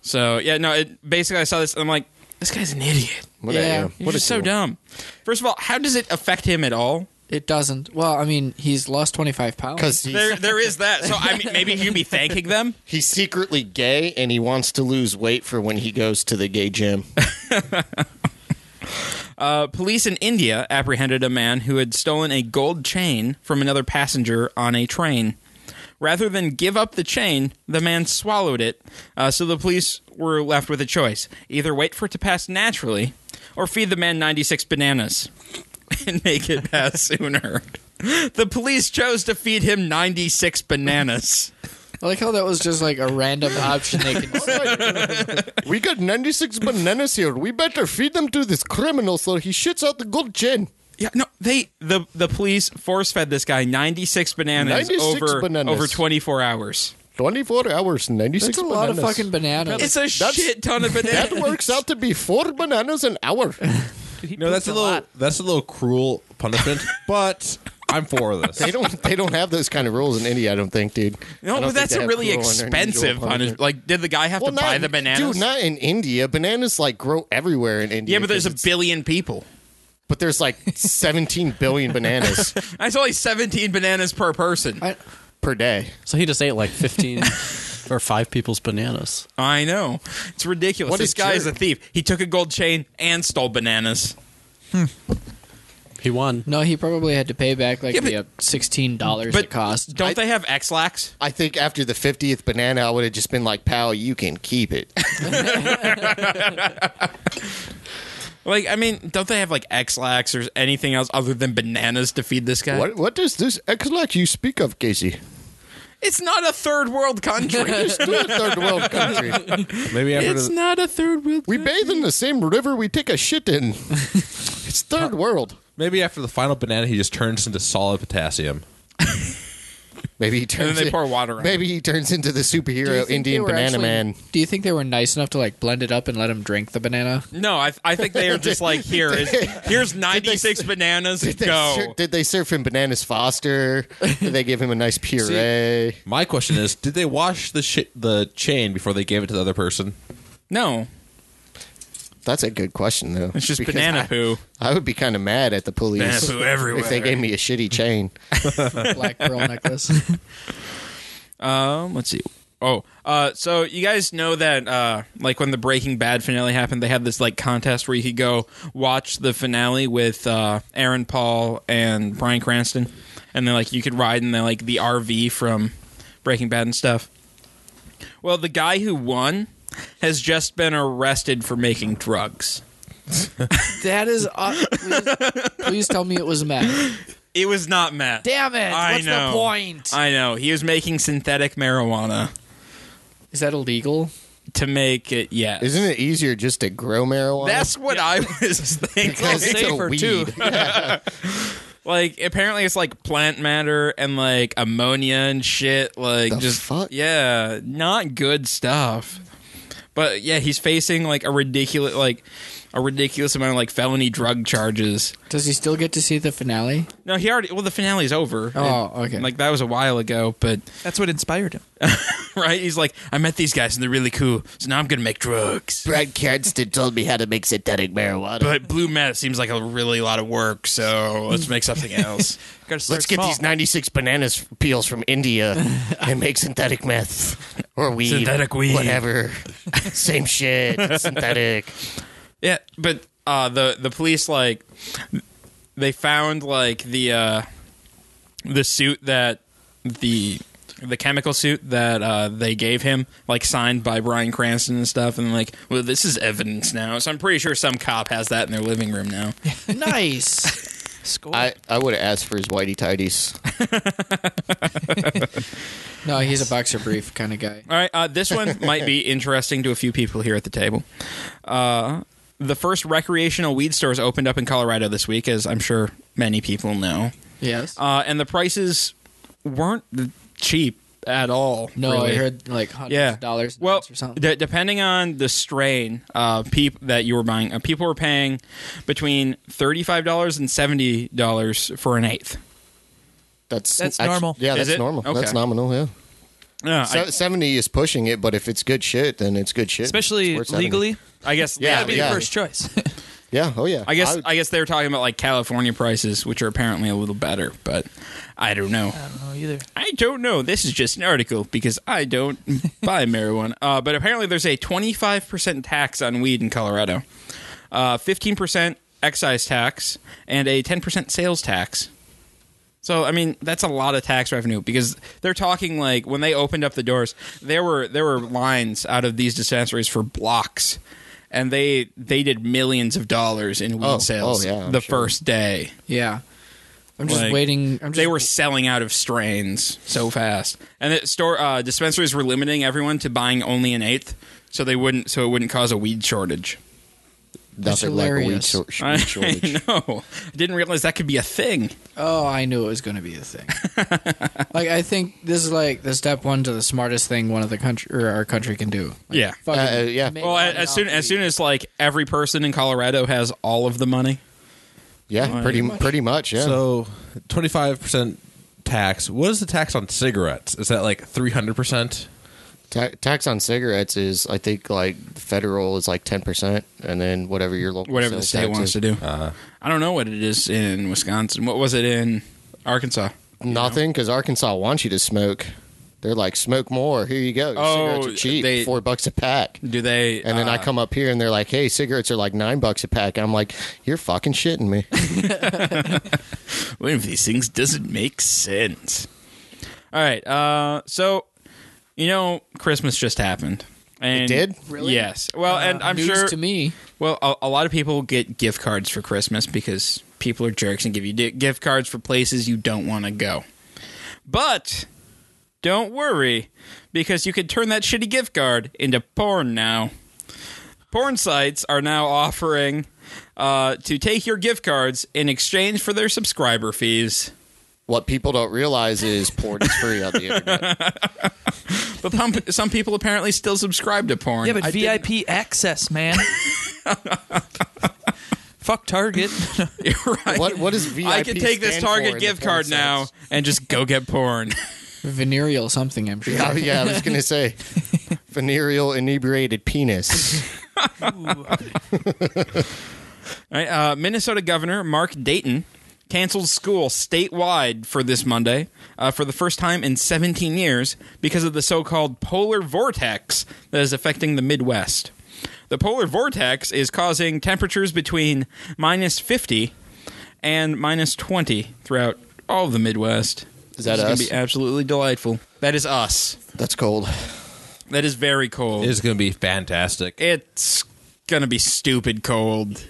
So, yeah, no, it, basically, I saw this and I'm like, this guy's an idiot.
What
Yeah.
a,
He's
what a
just so
tool.
dumb. First of all, how does it affect him at all?
It doesn't. Well, I mean, he's lost 25 pounds.
Because he's,
There, there is that. So, I mean, maybe you'd be thanking them.
he's secretly gay and he wants to lose weight for when he goes to the gay gym. *laughs*
Uh, police in India apprehended a man who had stolen a gold chain from another passenger on a train. Rather than give up the chain, the man swallowed it, uh, so the police were left with a choice either wait for it to pass naturally or feed the man 96 bananas *laughs* and make it pass *laughs* sooner. The police chose to feed him 96 bananas.
I like how that was just like a random option they could.
we got 96 bananas here. We better feed them to this criminal so he shits out the gold chain.
Yeah, no, they the the police force fed this guy 96 bananas
96
over
bananas.
over 24 hours.
24 hours, 96
It's a lot of
bananas.
fucking bananas.
It's a shit ton of bananas.
That works out to be four bananas an hour.
no, that's a little that's a little cruel punishment, but I'm for this.
*laughs* They don't. They don't have those kind of rules in India. I don't think, dude. I
No,
don't
but
think
that's
they
a
have
really
cruel and unusual
expensive punishment. Like, did the guy have
Well,
to
not
buy
in-
the bananas?
dude. Not in India. Bananas like grow everywhere in India.
yeah, but there's a
'cause it's-
billion people.
but there's
*laughs*
like 17 billion bananas
That's only 17 bananas per person. I,
per day.
So he just ate
*laughs*
like 15 or five people's bananas.
know. It's ridiculous.
What
this
a
guy is a
jerk.
thief. He took a gold chain and stole bananas.
He won.
No, he probably had to pay back like
Yeah,
the uh, sixteen dollars it cost.
Don't they have X-Lax?
I think after the 50th banana, I would have just been like, pal, you can keep
*laughs*
it.
Like, I mean, don't they have like X-Lax or anything else other than bananas to feed this guy?
what, what is this X-Lax you speak of, Casey?
It's not a third world country.
*laughs* It's not a third world country.
Maybe after
*laughs* it's
the,
not a third world.
We bathe in the same river we take a shit in. It's third world.
Maybe after the final banana, he just turns into solid potassium.
Maybe he
And
turns.
then they
in-
pour water on. it.
maybe he turns into the
Do you
superhero
think
Indian
they were
Banana
actually-
*laughs*
Man.
Do you think they were nice enough to like blend it up and let him drink the banana?
No, I, I think they are just like here
*laughs*
is here's 96 bananas.
Did they, ser-
Go.
did they serve him bananas Foster? Did they give him a
*laughs*
nice puree?
My question is, did they wash the shi the chain before they gave it to the other person?
No,
That's a good question, though.
it's just
because
banana
I-
poo.
I would be kind of mad at the
Banana
police
poo everywhere.
if they gave me a shitty chain.
Black pearl necklace.
Um, let's see. Oh, uh, so you guys know that, uh, like when the Breaking Bad finale happened, they had this like contest where you could go watch the finale with uh, Aaron Paul and Brian Cranston, and then like you could ride in the like the RV from Breaking Bad and stuff. Well, the guy who won has just been arrested for making drugs.
that is. Uh, please,
*laughs*
please tell me it was meth.
It was not meth.
Damn it!
I
What's
know.
the point?
I know he was making synthetic marijuana
is that illegal?
to make it. Yeah,
Isn't it easier just to grow marijuana?
That's what I
*laughs*
was thinking.
because it's a
safer,
weed.
too.
Like apparently it's like plant matter and like ammonia and shit. Like
The
just
fuck?
yeah, not good stuff. But yeah, he's facing like a ridiculous like a ridiculous amount of like felony drug charges.
Does he still get to see the finale?
No, he already well the finale's over.
Oh, okay.
Like that was a while ago, but *laughs*
That's what inspired him.
Uh,
right, he's like, I met these guys and they're really cool, so now I'm gonna make drugs.
*laughs* Brad Cranston told me how to make synthetic marijuana.
But blue meth seems like a really lot of work, so let's make something *laughs* else.
Gotta start
Let's get
small.
these 96 bananas peels from India and make synthetic meth or weed.
Synthetic weed.
Whatever. *laughs* Same shit. Synthetic.
Yeah, but uh, the the police like they found like the uh, the suit that the the chemical suit that uh, they gave him, like signed by Brian Cranston and stuff, and like, well, this is evidence now. So I'm pretty sure some cop has that in their living room now.
nice.
Score.
I, I would have asked for his whitey tidies.
No, he's a boxer brief kind of guy.
All right, uh, this one might be interesting to a few people here at the table. Uh, the first recreational weed stores opened up in Colorado this week, as I'm sure many people know.
Yes.
uh, and the prices weren't cheap at all.
no, I
really.
heard like hundreds
Yeah,
of dollars an
Well,
ounce or something.
de- depending on the strain, uh, peop- that you were buying, uh, people were paying between thirty-five dollars and seventy dollars for an eighth.
That's,
That's normal.
Yeah,
Is
that's
it?
normal.
Okay.
That's nominal, yeah.
Uh,
Se- 70 is pushing it, but if it's good shit, then it's good shit.
Especially
It's worth
*laughs*
70.
legally.
I, I guess.
Yeah,
That'd be
yeah.
your first choice.
Yeah, oh yeah.
I guess.
would-
I guess they were talking about like California prices, which are apparently a little better, but I don't know.
I don't know either.
I don't know. This is just an article because I don't
*laughs*
buy marijuana. Uh, but apparently, there's a 25% tax on weed in Colorado, uh, 15% excise tax, and a 10% sales tax. So I mean that's a lot of tax revenue because they're talking like when they opened up the doors there were there were lines out of these dispensaries for blocks and they they did millions of dollars in weed
Oh,
sales
oh, yeah, I'm
the
sure.
first day
yeah. I'm just
Like,
waiting. I'm just,
they were selling out of strains so fast, and the store uh, dispensaries were limiting everyone to buying only an eighth, so they wouldn't so it wouldn't cause a weed shortage.
That's
nothing like a weed,
hilarious.
shor-
*laughs*
weed
*laughs* I
shortage.
know. I didn't realize that could be a thing.
Oh, I knew it was going to be a
*laughs*
thing. like I think this is like the step one to the smartest thing one of the country or our country can do. Like,
Yeah.
fucking
Uh, uh, yeah.
make
Well,
money
as, as
off
soon as
weed.
soon as like every person in Colorado has all of the money,
Yeah, pretty pretty much, yeah.
So, twenty five percent tax. What is the tax on cigarettes? Is that like three hundred percent?
Ta- tax on cigarettes is, I think, like federal is like ten percent, and then whatever your local
Whatever the
sales
state
tax
wants
is.
to do.
uh,
I don't know what it is in Wisconsin. What was it in Arkansas?
Nothing, because Arkansas wants you to smoke. They're like, smoke more. Here you go. Your cigarettes are cheap,
Oh, they-
four bucks a pack.
Do they?
And then I
uh,
come up here and they're like, hey, cigarettes are like nine bucks a pack. I'm like, you're fucking shitting me.
*laughs* One of these things doesn't make sense. All right. Uh, so, you know, Christmas just happened. And
did?
Really? Yes. Well, and
Uh,
I'm
news
sure
to me.
Well, a, a lot of people get gift cards for Christmas because people are jerks and give you di- gift cards for places you don't want to go. But don't worry, because you can turn that shitty gift card into porn now. Porn sites are now offering uh, to take your gift cards in exchange for their subscriber fees.
What people don't realize is porn is free on the internet.
*laughs* But some, some people apparently still subscribe to porn.
Yeah, but
I didn't-
VIP
*laughs*
access, man. Fuck Target. *laughs*
*laughs* right.
What, what is VIP?
I can take this
stand for in
Target
the
gift
porn
card
sense?
now and just go get porn.
Venereal something, I'm sure.
Yeah, Oh, yeah, I was going to
*laughs*
say venereal inebriated penis.
All right, uh, Minnesota Governor Mark Dayton canceled school statewide for this Monday uh, for the first time in 17 years because of the so called polar vortex that is affecting the Midwest. The polar vortex is causing temperatures between minus 50 and minus 20 throughout all of the Midwest.
Is that
It's going
us?
to be absolutely delightful. That is us.
That's cold.
That is very cold
It's going to be fantastic.
it's gonna be stupid cold.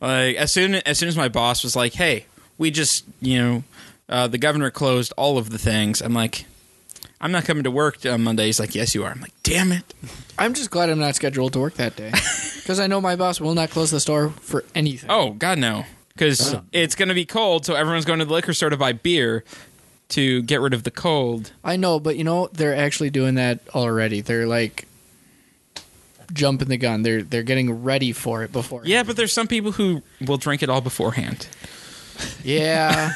Like as soon as soon as my boss was like, "Hey, we just you know, uh, the governor closed all of the things," I'm like, "I'm not coming to work on Monday." He's like, "Yes, you are." I'm like, "Damn it!"
I'm just glad I'm not scheduled to work
*laughs*
that day. Because I know my boss will not close the store for anything.
Oh God, no, because it's gonna be cold, so everyone's going to the liquor store to buy beer to get rid of the cold.
I know, but you know, they're actually doing that already. They're like jumping the gun. They're they're getting ready for it before.
Yeah, but there's some people who will drink it all beforehand. *laughs*
Yeah.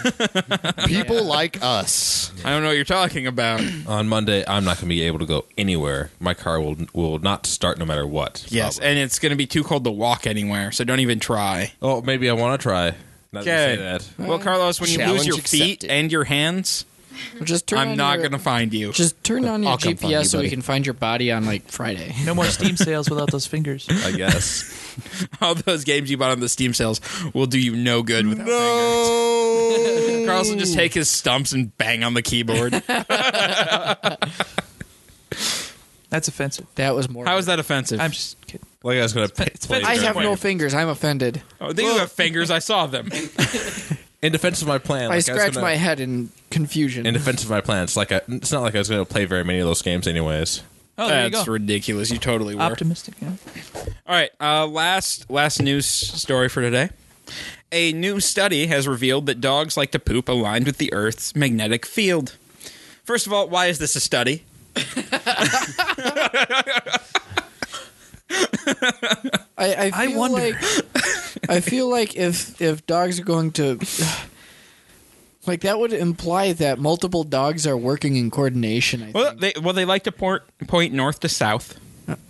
People like us.
I don't know what you're talking about.
On Monday, I'm not going to be able to go anywhere. My car will will not start no matter what.
yes,
probably.
and it's gonna be too cold to walk anywhere, so don't even try.
oh, maybe I want to try. Not that you say
Okay.
that.
Well, Carlos, when you
Challenge
lose your feet
accepted.
and your hands,
just turn
I'm
on
not
your-
going to find you.
Just turn on your
I'll come find
GPS
you,
so we
buddy.
can find your body on like Friday. *laughs*
No more Steam sales without those fingers.
I guess.
*laughs* All those games you bought on the Steam sales will do you no good without fingers. Carlos will just take his stumps and bang on the keyboard.
That's offensive.
That was more.
How is that offensive?
I'm just kidding.
like I was going to play.
I
during-
have no fingers. I'm offended.
oh, they do have fingers. I saw them.
in defense of my plan. like
I
was
scratch
gonna-
my head in confusion.
In defense of my plan, it's like I, it's not like I was going to play very many of those games anyways.
Oh, there you go.
That's ridiculous. You totally were.
Optimistic. Yeah.
All right. Uh, last last news story for today. A new study has revealed that dogs like to poop aligned with the Earth's magnetic field. First of all, why is this a study?
I, I, feel
I wonder.
Like, I feel like if if dogs are going to, *sighs* like that would imply that multiple dogs are working in coordination. I
Well,
think.
they well they like to port, point north to south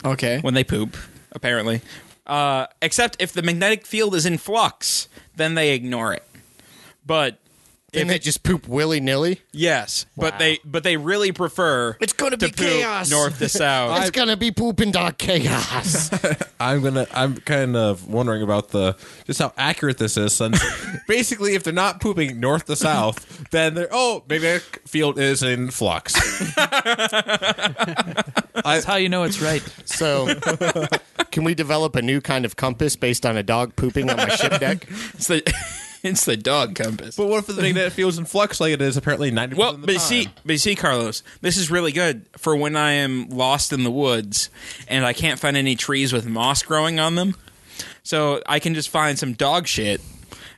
okay.
when they poop, apparently. Uh, except if the magnetic field is in flux, then they ignore it. But
Didn't they just poop willy nilly?
yes, but they but they really prefer
It's going to
to
be
poop
chaos. *laughs*
north to south.
It's gonna be pooping dog chaos.
I'm gonna. I'm kind of wondering about the just how accurate this is. *laughs* Since basically, if they're not pooping north to south, then they're oh, maybe field is in flux.
That's how you know
*laughs*
it's right.
so, can we develop a new kind of compass based on a dog pooping on my *laughs* ship deck?
it's the *laughs* it's the dog compass.
but what if the magnetic field's in flux like it is apparently ninety
Well,
percent of
but
the
you
time?
see, but you see, Carlos, this is really good for when I am lost in the woods and I can't find any trees with moss growing on them. So I can just find some dog shit,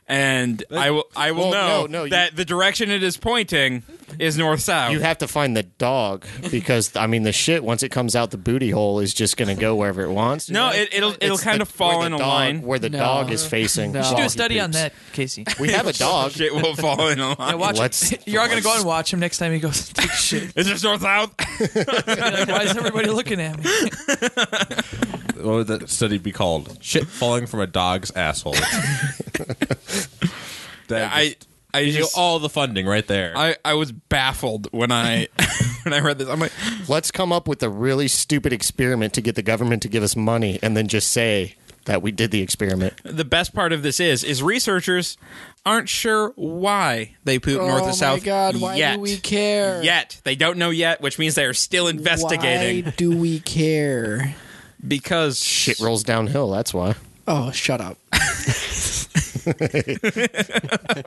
and I will I will
Well,
know
no, no, you-
that the direction it is pointing is north south.
You have to find the dog because I mean the shit once it comes out the booty hole is just going to go wherever it wants.
no, it, it'll it'll
It's
kind
the-
of fall
where
in
the
a
dog-
line.
where the
No.
dog is facing.
No.
You should
while
do
he
a study on
poops.
that,
*laughs*
Casey.
We have a dog.
*laughs* *laughs* Shit will fall in a
Yeah,
line.
watch *laughs*
Let's-
it. You're all gonna go out and watch him next time he goes to
*laughs*
take shit.
Is this
*laughs*
north south?
Like, why is everybody looking at me?
What would that study be called? Shit falling from a dog's *laughs* asshole. that
I
just-
I
you know,
just
all the funding right there.
I, I was baffled when I *laughs* when I read this. I'm like,
Let's come up with a really stupid experiment to get the government to give us money and then just say that we did the experiment.
the best part of this is is researchers aren't sure why they poop north
oh
and south.
my god! Why
yet.
do we care?
Yet they don't know yet, which means they are still investigating
Why do we care?
because
Shit rolls downhill. That's why.
Oh, shut
*laughs*
up.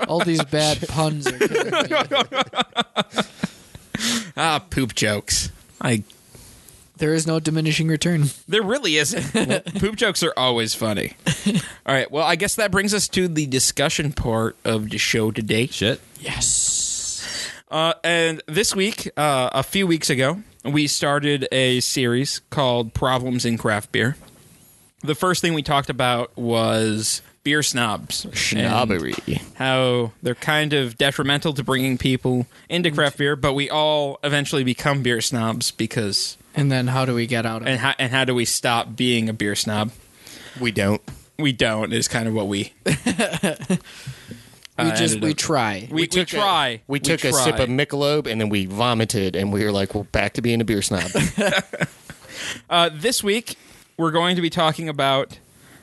All these bad puns are killing me.
ah poop jokes. I
There is no diminishing return.
There really *laughs* isn't. Poop jokes are always *laughs* funny. All right. Well, I guess that brings us to the discussion part of the show today.
Shit.
Yes.
Uh, and this week, uh, a few weeks ago, we started a series called Problems in Craft Beer. The first thing we talked about was beer snobs. and
Snobbery.
How they're kind of detrimental to bringing people into craft beer, but we all eventually become beer snobs because.
And then how do we get out of
And
it?
how, and how do we stop being a beer snob?
We don't.
we don't is kind of what we
We
I
just
ended
we
up-
try.
Uh, we, we, try.
We, took a
try.
sip of Michelob and then we vomited and we were like, "We're back to being a beer snob."
Uh, this week, we're going to be talking about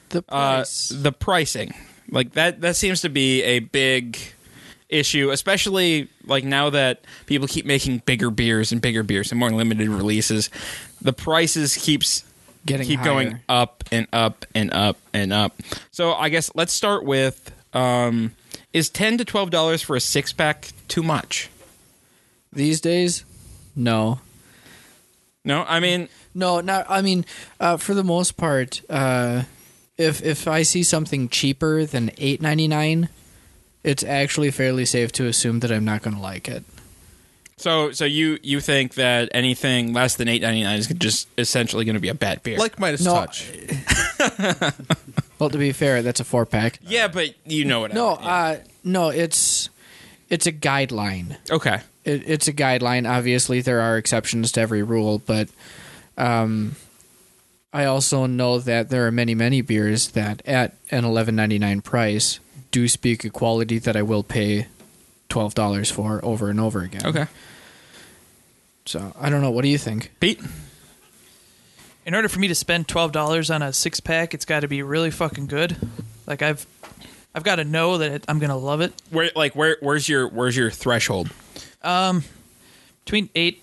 The
uh,
price.
the pricing. Like that, that seems to be a big issue, especially like now that people keep making bigger beers and bigger beers and more limited releases. The prices keeps
Getting
keep going
higher.
up and up and up and up. So I guess let's start with um, is ten to twelve dollars for a six pack too much?
These days, no.
No, I mean
No, not. I mean, uh, for the most part, uh, if if I see something cheaper than eight ninety nine, it's actually fairly safe to assume that I'm not going to like it.
So, so you you think that anything less than eight ninety nine is just essentially going to be a bad beer?
like Midas
No.
touch.
Well, to be fair, that's a four pack.
yeah, but you know what? I
No,
mean.
uh, no, it's it's a guideline.
okay.
It, it's a guideline. Obviously, there are exceptions to every rule, but um, I also know that there are many, many beers that at an eleven ninety nine price do speak a quality that I will pay twelve dollars for over and over again.
Okay,
So I don't know. What do you think?
Pete.
In order for me to spend twelve dollars on a six pack, it's got to be really fucking good. Like I've, I've got to know that it, I'm gonna love it.
Where like where where's your where's your threshold?
Between eight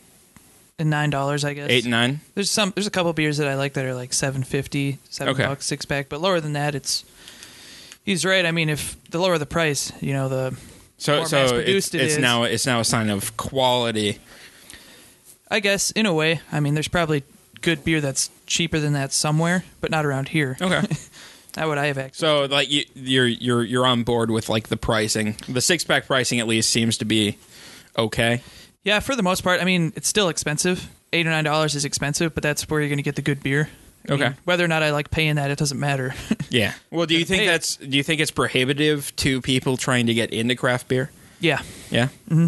and nine dollars, I guess.
Eight and nine.
There's some. There's a couple beers that I like that are like seven fifty, seven
Okay.
bucks six pack, but lower than that, it's. He's right. I mean, if the lower the price, you know the.
So
more
so it's,
mass-produced it
it's
is.
now it's now a sign of quality.
I guess in a way, I mean, there's probably good beer that's cheaper than that somewhere, but not around here.
Okay.
Not what I have access.
so like you, you're you're you're on board with like the pricing. The six pack pricing at least seems to be okay.
Yeah, for the most part. I mean, it's still expensive. Eight or nine dollars is expensive, but that's where you're going to get the good beer. I mean,
Okay.
whether or not I like paying that, it doesn't matter. *laughs*
Yeah. Well, do you think
Hey.
that's do you think it's prohibitive to people trying to get into craft beer?
yeah.
Yeah. Mm-hmm.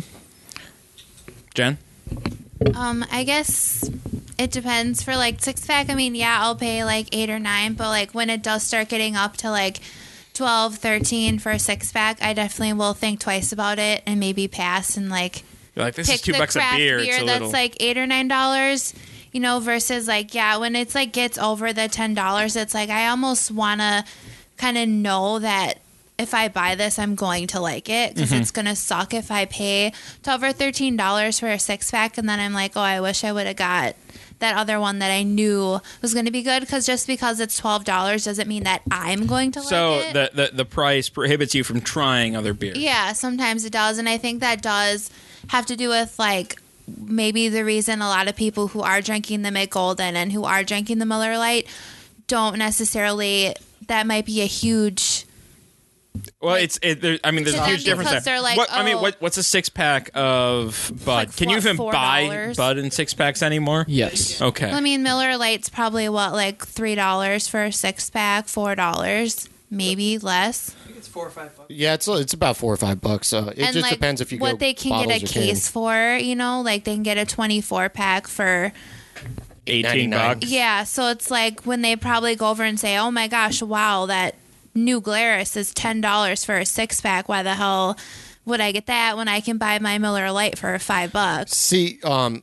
Jen.
Um, I guess it depends for like six pack. I mean, yeah, I'll pay like eight or nine, but like when it does start getting up to like 12, 13 for a six pack, I definitely will think twice about it and maybe pass and like
You're like, this
pick
is two
the
bucks a
craft
beer.
beer,
It's a
that's
little.
like eight or nine dollars, you know, versus like yeah, when it's like gets over the ten dollars, it's like I almost wanna kind of know that if I buy this, I'm going to like it because
Mm-hmm.
it's gonna suck if I pay twelve or thirteen dollars for a six pack and then I'm like, oh, I wish I would have got. That other one that I knew was going to be good because just because it's twelve dollars doesn't mean that I'm going to
so
like it.
the, the the price prohibits you from trying other beers.
Yeah, sometimes it does. And I think that does have to do with like maybe the reason a lot of people who are drinking the Mick Golden and who are drinking the Miller Lite don't necessarily, that might be a huge
Well, it's it. There, I mean, there's
To
a
them
huge difference
because
there.
they're like,
what, I mean,
oh.
what, what's a six pack of Bud?
like,
Can you
what,
even
four
buy
dollars?
Bud in six packs anymore?
Yes.
Okay.
I mean, Miller Lite's probably what, like three dollars for a six pack, four dollars, maybe less.
It's four or five bucks.
Yeah, it's it's about four or five bucks. So it
and
just
like
depends if you
what
go
they can get a
bottles or cans.
case for. You know, like they can get a twenty-four pack for.
Eighteen
99.
bucks.
Yeah, so it's like when they probably go over and say, "Oh my gosh, wow, that new Glarus is ten dollars for a six pack. Why the hell would I get that when I can buy my Miller Lite for five bucks?"
See, um,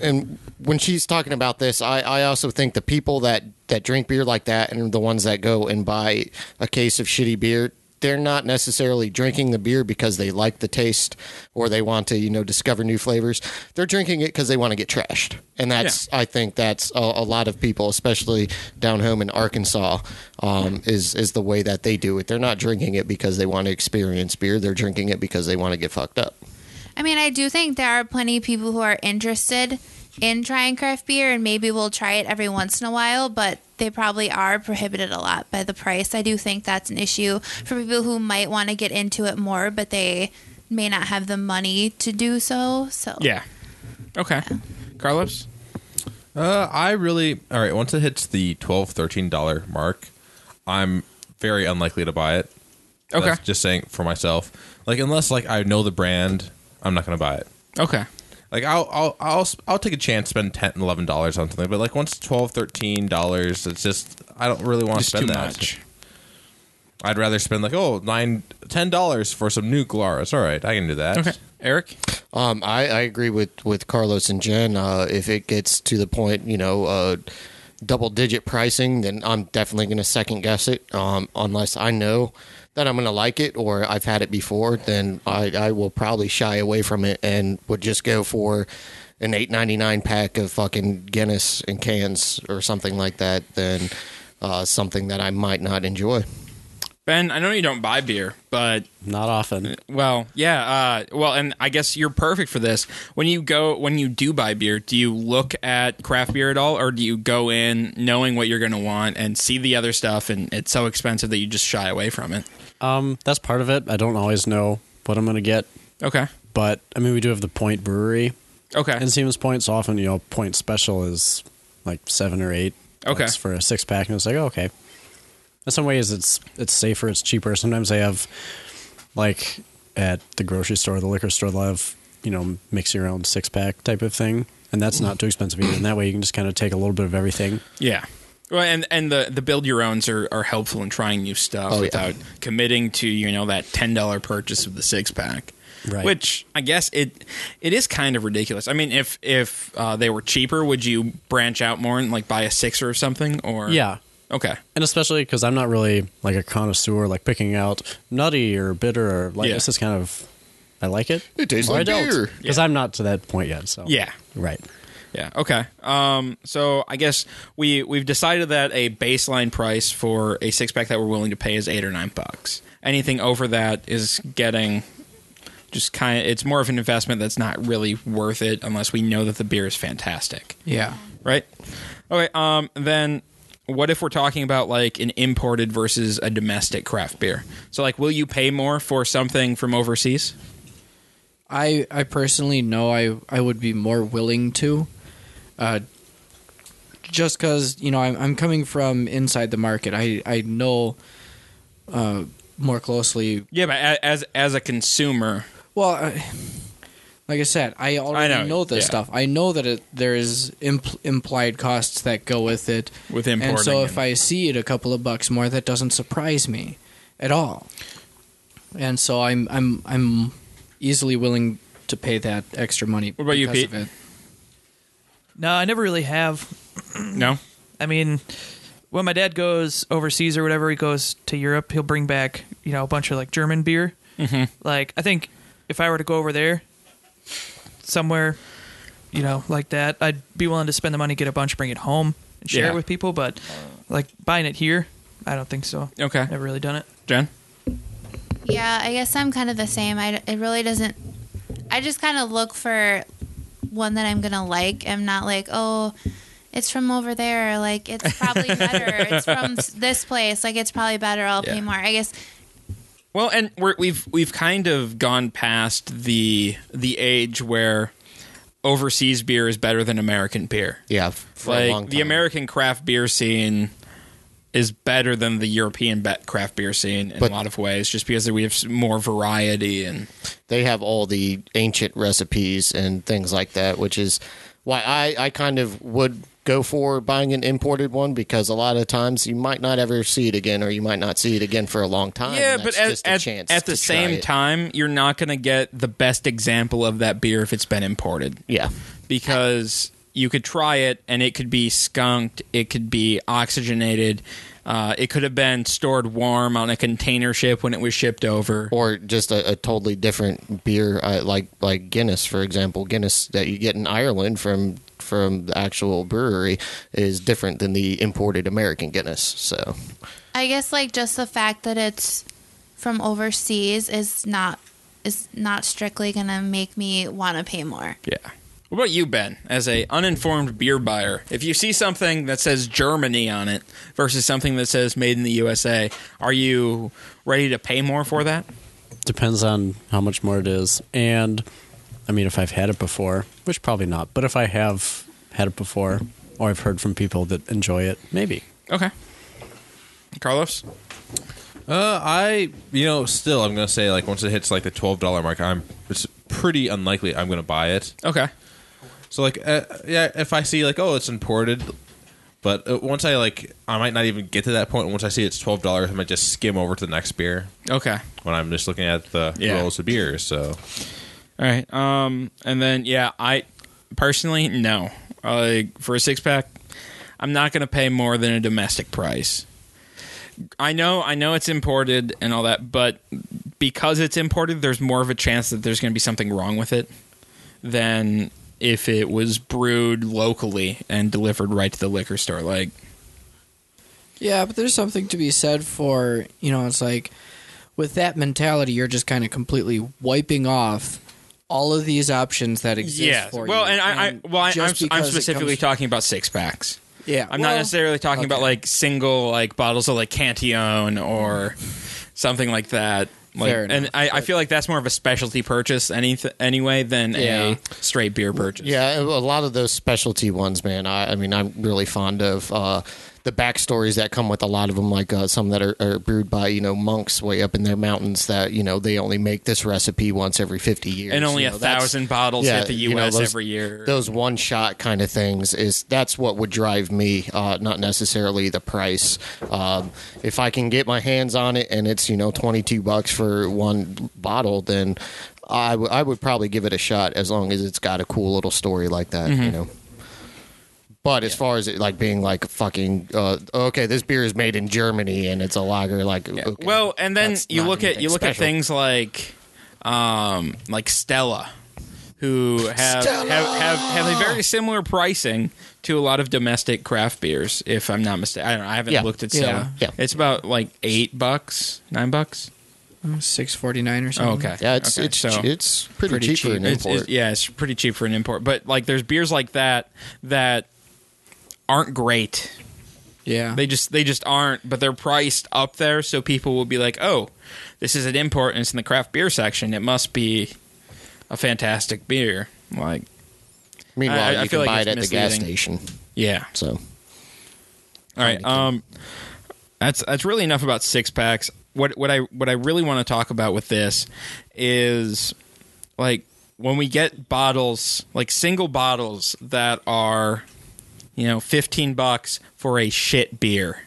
and when she's talking about this, I, I also think the people that, that drink beer like that and the ones that go and buy a case of shitty beer, they're not necessarily drinking the beer because they like the taste or they want to, you know, discover new flavors. They're drinking it because they want to get trashed. And that's, I think that's a, a lot of people, especially down home in Arkansas, um, is, is the way that they do it. They're not drinking it because they want to experience beer. They're drinking it because they want to get fucked up.
I mean, I do think there are plenty of people who are interested in trying craft beer and maybe will try it every once in a while, but they probably are prohibited a lot by the price. I do think that's an issue for people who might want to get into it more, but they may not have the money to do so. So
Yeah. Okay. Carlos.
Uh, I really all right. Once it hits the 12 13 dollar mark, I'm very unlikely to buy it.
Okay.
That's just saying for myself, like unless like I know the brand, I'm not gonna buy it.
Okay.
Like I'll I'll I'll, I'll take a chance, spend 10 11 dollars on something, but like once 12 13 dollars, it's just I don't really want to
Just
spend
too
that.
much.
I'd rather spend like oh nine ten dollars for some new Glaris. All right, I can do that.
Okay. Eric.
Um, I, I agree with, with Carlos and Jen. Uh, if it gets to the point, you know, uh, double digit pricing, then I'm definitely going to second guess it. Um, unless I know that I'm going to like it or I've had it before, then I, I will probably shy away from it and would just go for an eight ninety nine pack of fucking Guinness and cans or something like that than uh, something that I might not enjoy.
Ben, I know you don't buy beer, but
Not often.
well, yeah, uh, well, and I guess you're perfect for this. When you go, when you do buy beer, do you look at craft beer at all, or do you go in knowing what you're going to want and see the other stuff, and it's so expensive that you just shy away from it?
Um, that's part of it. I don't always know what I'm going to get,
Okay,
but I mean, we do have the Point Brewery
okay,
in Siemens Point. So often, you know, Point Special is like seven or eight.
Okay.
bucks for a six pack, and it's like oh, okay. In some ways, it's it's safer, it's cheaper. Sometimes they have like at the grocery store, the liquor store, they'll have you know mix your own six pack type of thing, and that's not too expensive either. And that way, you can just kind of take a little bit of everything.
yeah. Well, and and the the build your owns are are helpful in trying new stuff
Oh, yeah.
without committing to you know that ten dollar purchase of the six pack.
Right.
Which I guess it it is kind of ridiculous. I mean, if if uh, they were cheaper, would you branch out more and like buy a sixer or something? Or
Yeah,
okay,
and especially because I'm not really like a connoisseur, like picking out nutty or bitter or like
Yeah.
this is kind of I like it.
It tastes
or
like
I don't,
beer.
because I'm not to that point yet. So
Yeah.
right.
yeah, okay. Um, so I guess we we've decided that a baseline price for a six pack that we're willing to pay is eight or nine bucks. Anything over that is getting just kind of it's more of an investment that's not really worth it unless we know that the beer is fantastic.
Yeah.
right? Okay. Um. Then, what if we're talking about like an imported versus a domestic craft beer? So, like, will you pay more for something from overseas?
I I personally know I I would be more willing to, uh, just because you know I'm I'm coming from inside the market. I I know, uh, more closely.
Yeah, but a- as as a consumer,
Well, I, like I said, I already
know,
know, this
yeah.
stuff. I know that it, there is impl- implied costs that go with it.
With
and
importing
so if
and-
I see it a couple of bucks more, that doesn't surprise me at all. And so I'm I'm I'm easily willing to pay that extra money.
What about you,
because
Pete?
of it.
No, I never really have.
no.
I mean, when my dad goes overseas or whatever, he goes to Europe, he'll bring back, you know, a bunch of like German beer. Mm-hmm. Like, I think if I were to go over there somewhere, you know, like that, I'd be willing to spend the money, get a bunch, bring it home, and share
Yeah.
it with people. But like buying it here, I don't think so.
Okay.
Never really done it.
Jen.
Yeah, I guess I'm kind of the same. I it really doesn't. I just kind of look for one that I'm gonna like. I'm not like oh, it's from over there. Like it's probably better. it's from s- this place. Like it's probably better. I'll
Yeah.
pay more. I guess
Well, and we're, we've we've kind of gone past the the age where overseas beer is better than American beer.
Yeah, for
like
a long
the
time.
American craft beer scene is better than the European be- craft beer scene in
But-
a lot of ways, just because we have s- more variety and
they have all the ancient recipes and things like that, which is why I, I kind of would go for buying an imported one because a lot of times you might not ever see it again or you might not see it again for a long time.
yeah,
and
but
that's
at,
just a
at-
chance
at the
to try
same
it.
time, you're not going to get the best example of that beer if it's been imported.
Yeah.
because you could try it and it could be skunked, it could be oxygenated, uh, it could have been stored warm on a container ship when it was shipped over.
Or just a, a totally different beer, uh, like like Guinness, for example. Guinness that you get in Ireland from from the actual brewery is different than the imported American Guinness. So
I guess like just the fact that it's from overseas is not is not strictly gonna make me want to pay more.
Yeah. What about you, Ben? As a uninformed beer buyer, if you see something that says Germany on it versus something that says Made in the USA, are you ready to pay more for that?
Depends on how much more it is. And I mean, if I've had it before, which probably not, but if I have had it before or I've heard from people that enjoy it, maybe.
Okay. Carlos?
Uh, I you know still I'm gonna say like once it hits like the twelve dollar mark, I'm it's pretty unlikely I'm gonna buy it.
Okay.
So like uh, yeah, if I see like oh it's imported, but uh, once I like I might not even get to that point. Once I see it's twelve dollars, I might just skim over to the next beer
Okay.
when I'm just looking at the
Yeah.
rolls of beer. So
All right. Um, and then yeah, I personally no. Like for a six pack, I'm not going to pay more than a domestic price. I know, I know it's imported and all that, but because it's imported, there's more of a chance that there's going to be something wrong with it than if it was brewed locally and delivered right to the liquor store. Like,
Yeah, but there's something to be said for, you know, it's like with that mentality, you're just kind of completely wiping off all of these options that exist
yeah.
for
Well,
you.
and I, I well, I,
just
I'm, I'm
because it
specifically
comes-
talking about six packs.
Yeah.
I'm not
well,
necessarily talking about like single like bottles of like Cantillon or something like that. Like,
Fair enough,
and I, I feel like that's more of a specialty purchase any anyway than
Yeah.
a straight beer purchase.
Yeah, a lot of those specialty ones, man. I, I mean, I'm really fond of uh, the backstories that come with a lot of them, like uh, some that are, are brewed by you know monks way up in their mountains that you know they only make this recipe once every fifty years,
And only
you
a
know, that's-
thousand bottles
yeah,
hit the U.S.
you know, those-
every year.
Those one shot kind of things is that's what would drive me, uh, not necessarily the price. Um, if I can get my hands on it and it's you know twenty two bucks for one bottle, then I w- I would probably give it a shot as long as it's got a cool little story like that,
Mm-hmm.
you know. But as far as it like being like fucking uh, okay, this beer is made in Germany and it's a lager, like okay,
Well, and then
that's
you
not
look at
anything
you look at
special.
things like um like Stella who have, have have have a very similar pricing to a lot of domestic craft beers if I'm not mistaken. I don't know, I haven't
Yeah.
looked at
Yeah.
Stella.
Yeah.
It's about like 8 bucks, 9 bucks.
649 or
Oh,
something.
okay.
Mm-hmm. Yeah, it's
Okay,
it's
so-
it's pretty,
pretty
cheap,
cheap.
for an
It's-
import.
it's- yeah, it's pretty cheap for an import. But like, there's beers like that that aren't great.
Yeah.
They just they just aren't. But they're priced up there, so people will be like, "Oh, this is an import, and it's in the craft beer section. It must be a fantastic beer." Like,
Meanwhile,
I- I
you
feel
can
like
buy it
it's
at the gas
misleading.
station.
yeah.
So
All right. Um, that's that's really enough about six packs. What what I what I really want to talk about with this is like when we get bottles like single bottles that are you know 15 bucks for a shit beer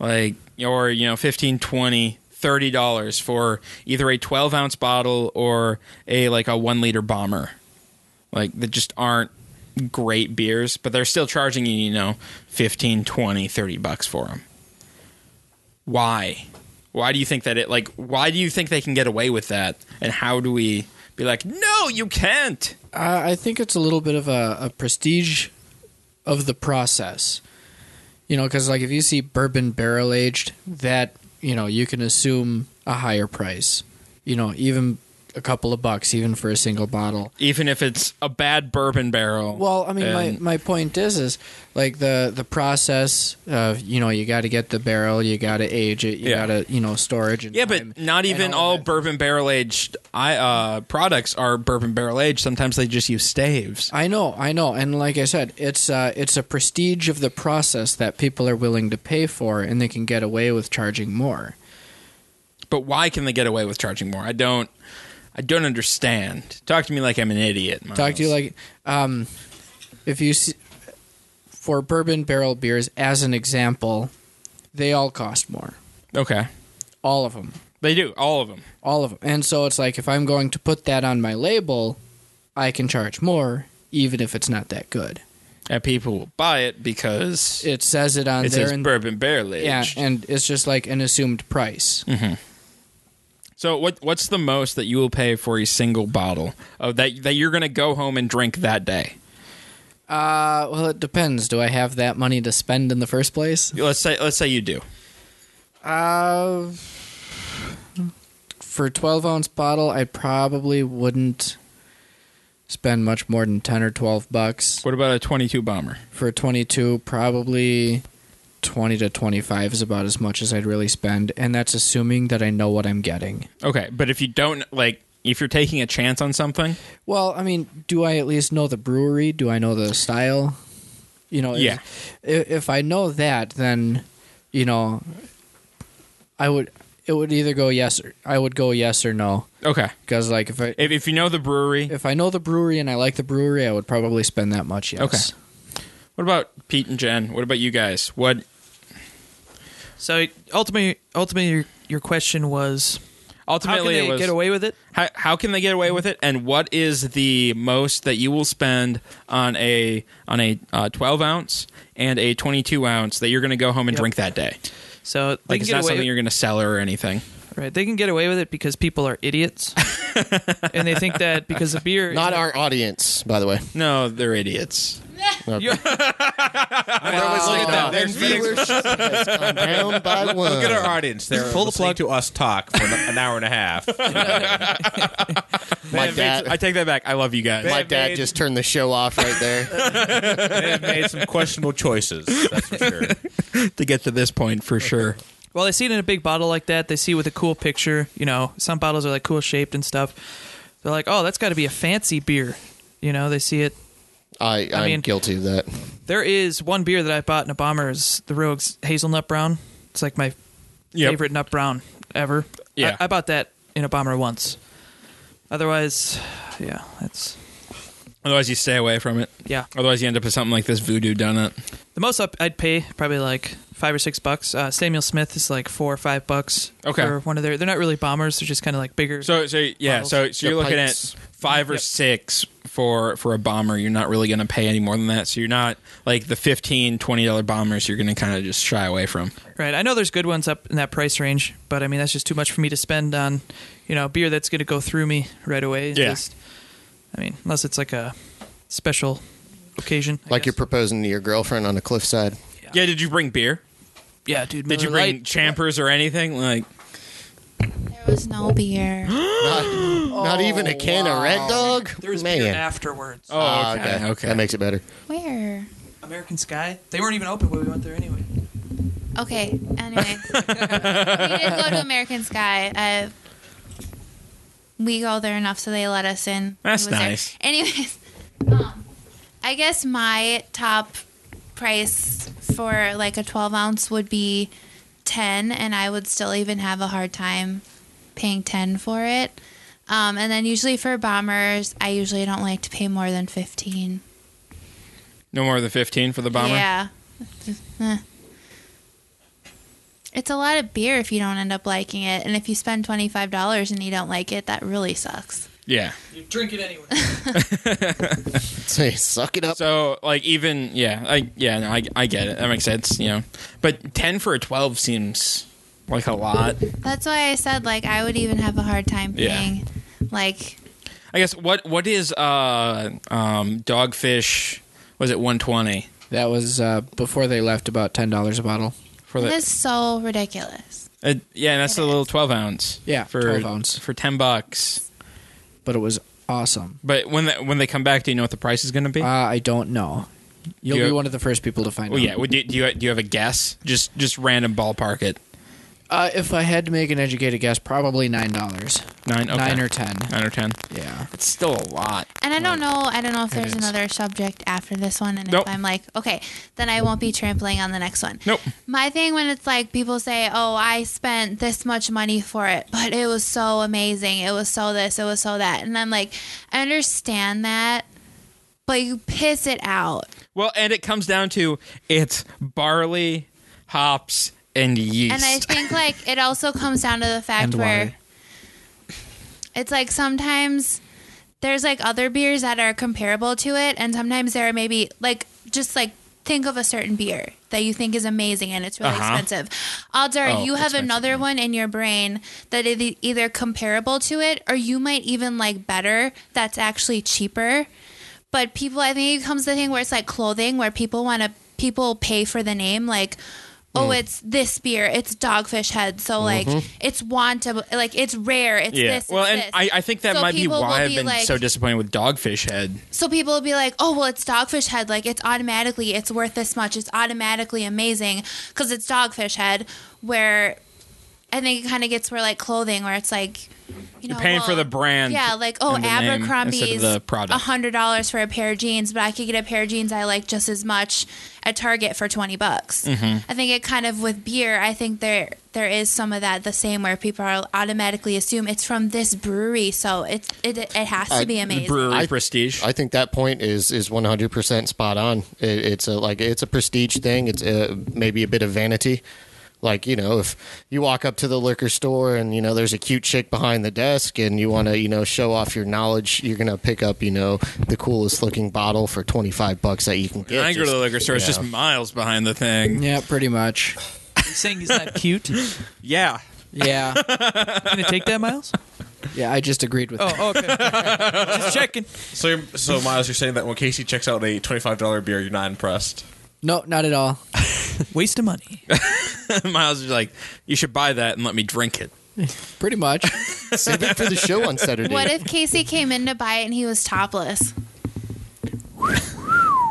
like or you know 15 20 30 dollars for either a 12 ounce bottle or a like a one liter bomber like that just aren't great beers but they're still charging you you know 15 20 30 bucks for them why why do you think that it like why do you think they can get away with that and how do we be like no you can't
Uh, I think it's a little bit of a, a prestige of the process. You know, because like if you see bourbon barrel aged, that you know you can assume a higher price. You know, even a couple of bucks even for a single bottle.
even if it's a bad bourbon barrel.
Well, I mean, my,
And-
my point is, is like the the process of you know you got to get the barrel, you got to age it, you got
Yeah.
to you know storage. And
yeah, but not even all, bourbon barrel aged I uh, products are bourbon barrel aged. Sometimes they just use staves.
I know, I know, and like I said, it's uh, it's a prestige of the process that people are willing to pay for, and they can get away with charging more.
But why can they get away with charging more? I don't. I don't understand. Talk to me like I'm an idiot.
Talk to you like, um, if you see, for bourbon barrel beers as an example, they all cost more.
Okay.
All of them.
They do all of them.
All of them. And so it's like if I'm going to put that on my label, I can charge more, even if it's not that good.
And people will buy it because
it says it on
it
there.
says
and,
bourbon barrel aged.
yeah, and it's just like an assumed price.
Mhm. So what what's the most that you will pay for a single bottle of that that you're going to go home and drink that day?
Uh, well, it depends. Do I have that money to spend in the first place?
Let's say let's say you do.
Uh, for twelve ounce bottle, I probably wouldn't spend much more than ten or twelve bucks.
What about a twenty two bomber?
For a twenty two, probably twenty to twenty five is about as much as I'd really spend, and that's assuming that I know what I'm getting.
Okay, but if you don't like if you're taking a chance on something,
Well, I mean, do I at least know the brewery? Do I know the style? You know, if-
Yeah.
i- If, I know that, then you know, I would. It would either go yes or I would go yes or no.
Okay.
Because like if I
if, if you know the brewery,
if I know the brewery and I like the brewery, I would probably spend that much. Yes.
Okay. what about Pete and Jen? What about you guys? What
So ultimately, ultimately, your, your question was
ultimately
how can
it
they
was-
get away with it?
How, how can they get away with it? And what is the most that you will spend on a on a uh, 12 ounce and a 22 ounce that you're going to go home and
Yep.
drink that day?
So they
Like
can
it's
get
not
away.
something you're going to sell her or anything.
right, they can get away with it because people are
*laughs*
idiots, and they think that because the beer
Not our audience, by the way.
No, they're idiots.
Okay.
look at that. There's
Down by one.
Look at our audience. They're
Pull
Pull
the
the plug to us talk for an hour and a *laughs* half.
My dad.
I take that back. I love you guys.
my dad just turned the show off right there.
*laughs*
they have made some questionable choices. That's for sure.
to get to this point
*laughs*
for sure.
Well, they see it in a big bottle like that. They see it with a cool picture. You know, some bottles are like cool shaped and stuff. They're like, oh, that's got to be a fancy beer. You know, they see it.
I, I'm
I mean-
guilty of that.
There is one beer that I bought in a bomber is the Rogue's Hazelnut Brown. It's like my
Yep.
favorite nut brown ever.
Yeah.
I, I bought that in a bomber once. Otherwise, yeah, that's
Otherwise, you stay away from it.
Yeah.
Otherwise, you end up with something like this voodoo donut.
the most up I'd pay probably like five or six bucks. Uh, Samuel Smith is like four or five bucks.
Okay.
For one of their, they're not really bombers. They're just kind of like bigger.
So, so yeah.
bottles.
So, so you're
The
looking
pikes.
at five or six for for a bomber. You're not really going to pay any more than that. So you're not like the 15 twenty dollar bombers. You're going to kind of just shy away from.
Right. I know there's good ones up in that price range, but I mean that's just too much for me to spend on, you know, beer that's going to go through me right away. It's
Yeah.
Just, I mean, unless it's like a special occasion. I
Like
guess.
you're proposing to your girlfriend on a
*gasps*
cliffside.
Yeah. did you bring beer?
Yeah, dude.
Did you
Miller
bring
Lite.
champers or anything? Like,
There was no beer.
Not, not even a can of
Oh,
Red Dog.
There was beer
Man.
afterwards.
Ah,
okay, okay.
That makes it
*laughs*
better.
Where?
American Sky. They weren't even open when we went there anyway.
Okay. Anyways, we did go to American Sky. Uh, we go there enough, so they let us in.
That's
It was there.
nice.
Anyways, *laughs* um, I guess my top price for like a 12 ounce would be 10, and I would still even have a hard time paying 10 for it. Um, and then usually for bombers, I usually don't like to pay more than 15.
no more than 15 for the bomber.
Yeah. Eh. It's a lot of beer if you don't end up liking it. And if you spend $25 and you don't like it, that really sucks.
Yeah.
You drink it anyway.
Say, suck it up.
So like even yeah I yeah no, I I get it that makes sense you know but ten for a twelve seems like a lot
That's why I said, like, I would even have a hard time
Yeah.
paying. Like,
I guess what what is uh um dogfish was it one twenty
That was uh, before they left about ten dollars a bottle.
for
it
the
is so ridiculous.
uh, yeah and that's a little twelve ounce
Yeah,
for
12 ounce.
for ten bucks
but it was awesome.
But when the, when they come back, do you know what the price is going to be?
Uh, I don't know. You'll
You-
be one of the first people to find
well,
out.
Oh, yeah. Would you, do you do you have a guess? Just just random ballpark it.
Uh, if I had to make an educated guess, probably nine dollars.
Nine. Okay.
Nine or ten.
Nine or ten.
Yeah.
It's still a lot.
And I don't know. I don't know if
It
there's
is.
another subject after this one. And
Nope.
if I'm like, okay, then I won't be trampling on the next one.
Nope.
My thing when it's like people say, oh, I spent this much money for it, but it was so amazing. It was so this. It was so that. And I'm like, I understand that, but you piss it out.
Well, and it comes down to it's barley, hops, and yeast.
And I
*laughs*
think like it also comes down to the fact
And
where
water.
it's like sometimes there's like other beers that are comparable to it, and sometimes there are maybe like just like think of a certain beer that you think is amazing and it's really
Uh-huh.
expensive. Odds are
Oh,
you have
expensive,
another
yeah.
one in your brain that is e- either comparable to it or you might even like better that's actually cheaper. But people, I think it comes to the thing where it's like clothing, where people want to people pay for the name, like. Oh, it's this beer. It's Dogfish Head. So like, it's wantable. Like it's rare. It's
Mm-hmm. yeah.
this.
well,
it's
and
this.
I, I think that
So
might be
people will
why I've
be
been
like-
so disappointed with Dogfish Head.
So people will be like, "Oh, well, it's Dogfish Head. Like it's automatically it's worth this much. It's automatically amazing because it's Dogfish Head." Where I think it kind of gets where like clothing, where it's like you know,
You're paying for
well,
the brand
Yeah, like oh,
and the name instead of
Abercrombie's
the product.
hundred dollars for a pair of jeans, but I could get a pair of jeans I like just as much at Target for twenty bucks.
Mm-hmm.
I think it kind of with beer. I think there there is some of that the same where people are automatically assume it's from this brewery, so it's it it has
I-
to be amazing.
brewery
I-
prestige.
I think that point is is 100% spot on. It, it's a like it's a prestige thing. It's a, maybe a bit of vanity. Like you know, if you walk up to the liquor store and you know there's a cute chick behind the desk and you want to you know show off your knowledge, you're gonna pick up you know the coolest looking bottle for 25 bucks that you can
When
get.
I go to
Just-
the liquor store, it's
yeah.
just miles behind the thing.
Yeah, pretty much.
He's saying he's not
*laughs*
cute. You
Yeah.
Yeah.
gonna take that, Miles?
yeah, I just agreed with that.
Oh, okay. Just checking.
So, you're, so Miles, you're saying that when Casey checks out a twenty-five dollar beer, you're not impressed.
No, not at all.
Waste of money.
miles is like, you should buy that and let me drink it.
Pretty
*laughs*
much.
save it for the show on Saturday.
What if Casey came in to buy it and he was topless?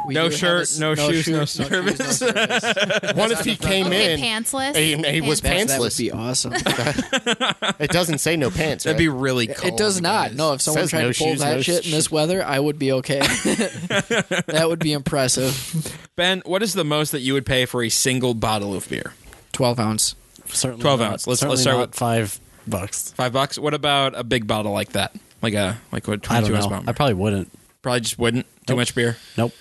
We
No
do have
shirt,
s-
no shoes, no
shoes,
service.
shoes, no
*laughs*
service.
what if he came
Okay,
in
pantsless.
and he was
That's- that would
pantsless?
be
*laughs*
awesome.
It doesn't say no pants.
That'd
right?
be really cool.
It does not. No, if someone
Says
tried
no
to pull
shoes,
that
no
shit in this weather, I would be
*laughs*
okay. that would be impressive.
Ben, what is the most that you would pay for a single bottle of beer?
Twelve ounce.
Certainly
12
not-
ounce. Let's-
certainly
let's start
not
with-
five bucks.
Five bucks? What about a big bottle like that? Like a like what
I
twenty
don't
two
know.
ounce bottle?
I probably wouldn't.
probably just wouldn't. Too
Nope.
much beer.
Nope.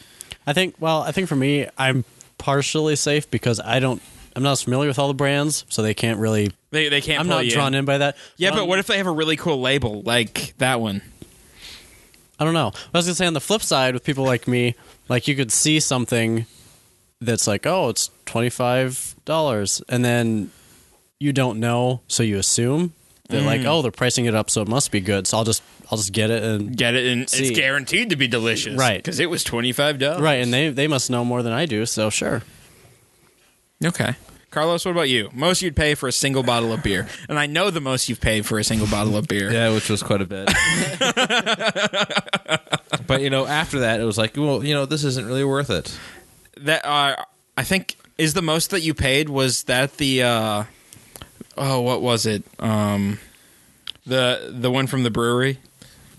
I think. Well, I think for me, I'm partially safe because I don't. I'm not as familiar with all the brands, so they can't really.
They they can't.
I'm
pull
not
you
drawn in. by that.
Yeah, but
on-
what if they have a really cool label like that one?
I don't know. I was gonna say on the flip side, with people like me, like you could see something that's like, oh, it's twenty five dollars, and then you don't know, so you assume they're like, oh, they're pricing it up, so it must be good. So I'll just, I'll just get it and
Get it, and
See.
it's guaranteed to be delicious,
Right.
Because it was twenty five dollars,
right, and they they must know more than I do, so sure.
Okay. Carlos, what about you? Most you'd pay for a single bottle of beer, and I know the most you've paid for a single bottle of beer.
Yeah, which was quite a *laughs* bit. but you know, after that, it was like, well, you know, this isn't really worth it.
That uh, I think is the most that you paid. Was that the? Uh, oh, what was it? Um, the the one from the brewery.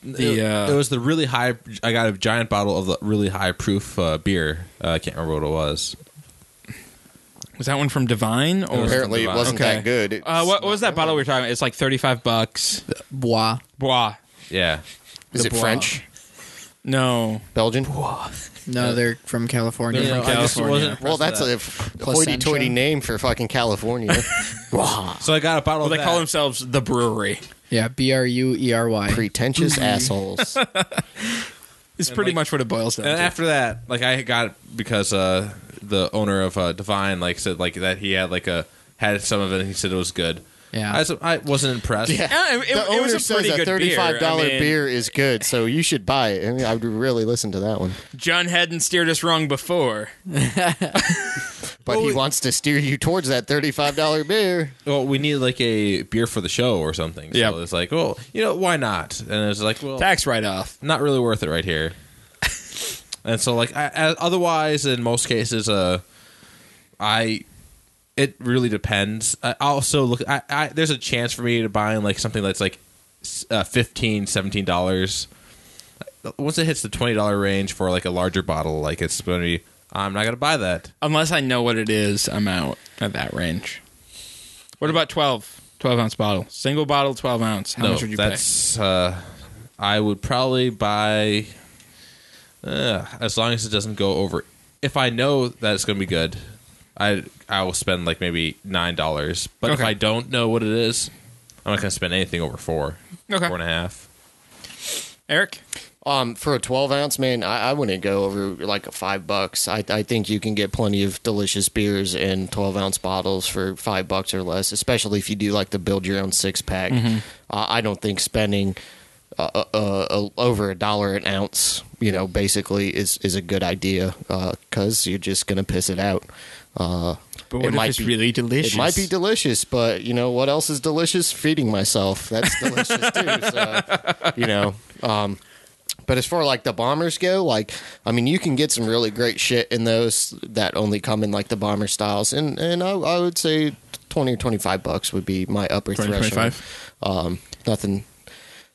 The
it,
uh,
it was the really high. I got a giant bottle of the really high proof uh, beer. Uh, I can't remember what it was.
was that one from Divine or
apparently it wasn't
Okay.
that good. It's-
Uh, what, what was that bottle we were talking about? It's like thirty five bucks.
Bois.
Bois.
Yeah,
Is
the
it
Bois.
French?
No.
Belgian?
No, they're from California.
You know, I just
California.
wasn't
Well,
impressed with
that's
that.
a hoity-toity
Placentia?
name for fucking *laughs* California.
so I got a bottle.
Well,
of
they
that.
call themselves the brewery.
Yeah, B R U E R Y.
Pretentious *laughs* assholes.
It's pretty much what it boils down
And
to.
after that, like I got it because uh, the owner of uh, Divine like said like that he had like a had some of it. and He said it was good.
Yeah.
I, s- I wasn't impressed.
Yeah, Uh, it- it-
the
it
owner
was a
says
pretty
a
good beer.
thirty-five dollar
I
beer.
mean-
is good, so you should buy it. I, mean, I would really listen to that one.
John hadn't steered us wrong before.
But he wants to steer you towards that thirty-five dollar beer.
Well, we need like a beer for the show or something. So
Yep.
it's like, oh, you know, why not? And it's like, well,
Tax write off.
not really worth it right here. and so, like, I, I, otherwise, in most cases, uh, I it really depends. I also look. I, I there's a chance for me to buy like something that's like s- uh, 15 17 dollars. Once it hits the twenty dollar range for like a larger bottle, like it's gonna be. I'm not gonna buy that.
Unless I know what it is, I'm out at that range. What about 12? 12 ounce bottle. Single bottle, 12 ounce. How
no,
much would you pay?
that's. Uh, I would probably buy. Uh, as long as it doesn't go over, if I know that it's going to be good, I I will spend like maybe nine dollars. But if
Okay.
I don't know what it is, I'm not going to spend anything over four,
Okay.
four and a half.
Eric?
Um, for a twelve ounce man, I, I wouldn't go over like a five bucks. I, I think you can get plenty of delicious beers in twelve ounce bottles for five bucks or less, especially if you do like to build your own six pack. Uh, I don't think spending uh, uh, uh, over a dollar an ounce, you know, basically is is a good idea because you're just gonna piss it out. Uh,
But what if it's really delicious?
It might be delicious, but you know what else is delicious? Feeding myself. That's delicious too. So, you know. Um, but as far like the bombers go, like I mean, you can get some really great shit in those that only come in like the bomber styles, and and I, I would say twenty or twenty five bucks would be my upper
20,
threshold.
25?
Um, nothing.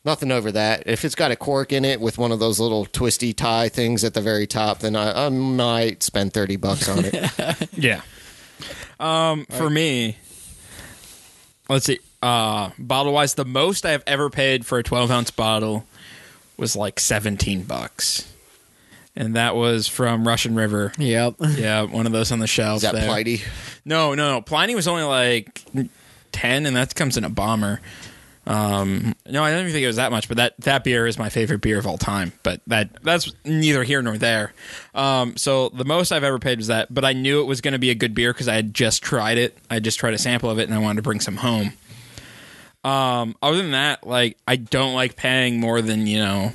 Nothing over that. If it's got a cork in it with one of those little twisty tie things at the very top, then I, I might spend thirty bucks on it.
Yeah. Um, for me, let's see. Uh, bottle wise, the most I've ever paid for a 12 ounce bottle was like 17 bucks. And that was from
*laughs*
Russian River.
Yep.
Yeah, one of those on the shelf.
Is that
there.
Plighty?
No, no, no. Pliny was only like ten, and that comes in a bomber. Um, no, I don't even think it was that much. But that that beer is my favorite beer of all time. But that that's neither here nor there. Um, so the most I've ever paid was that. But I knew it was going to be a good beer because I had just tried it. I just tried a sample of it, and I wanted to bring some home. Um, other than that, like I don't like paying more than you know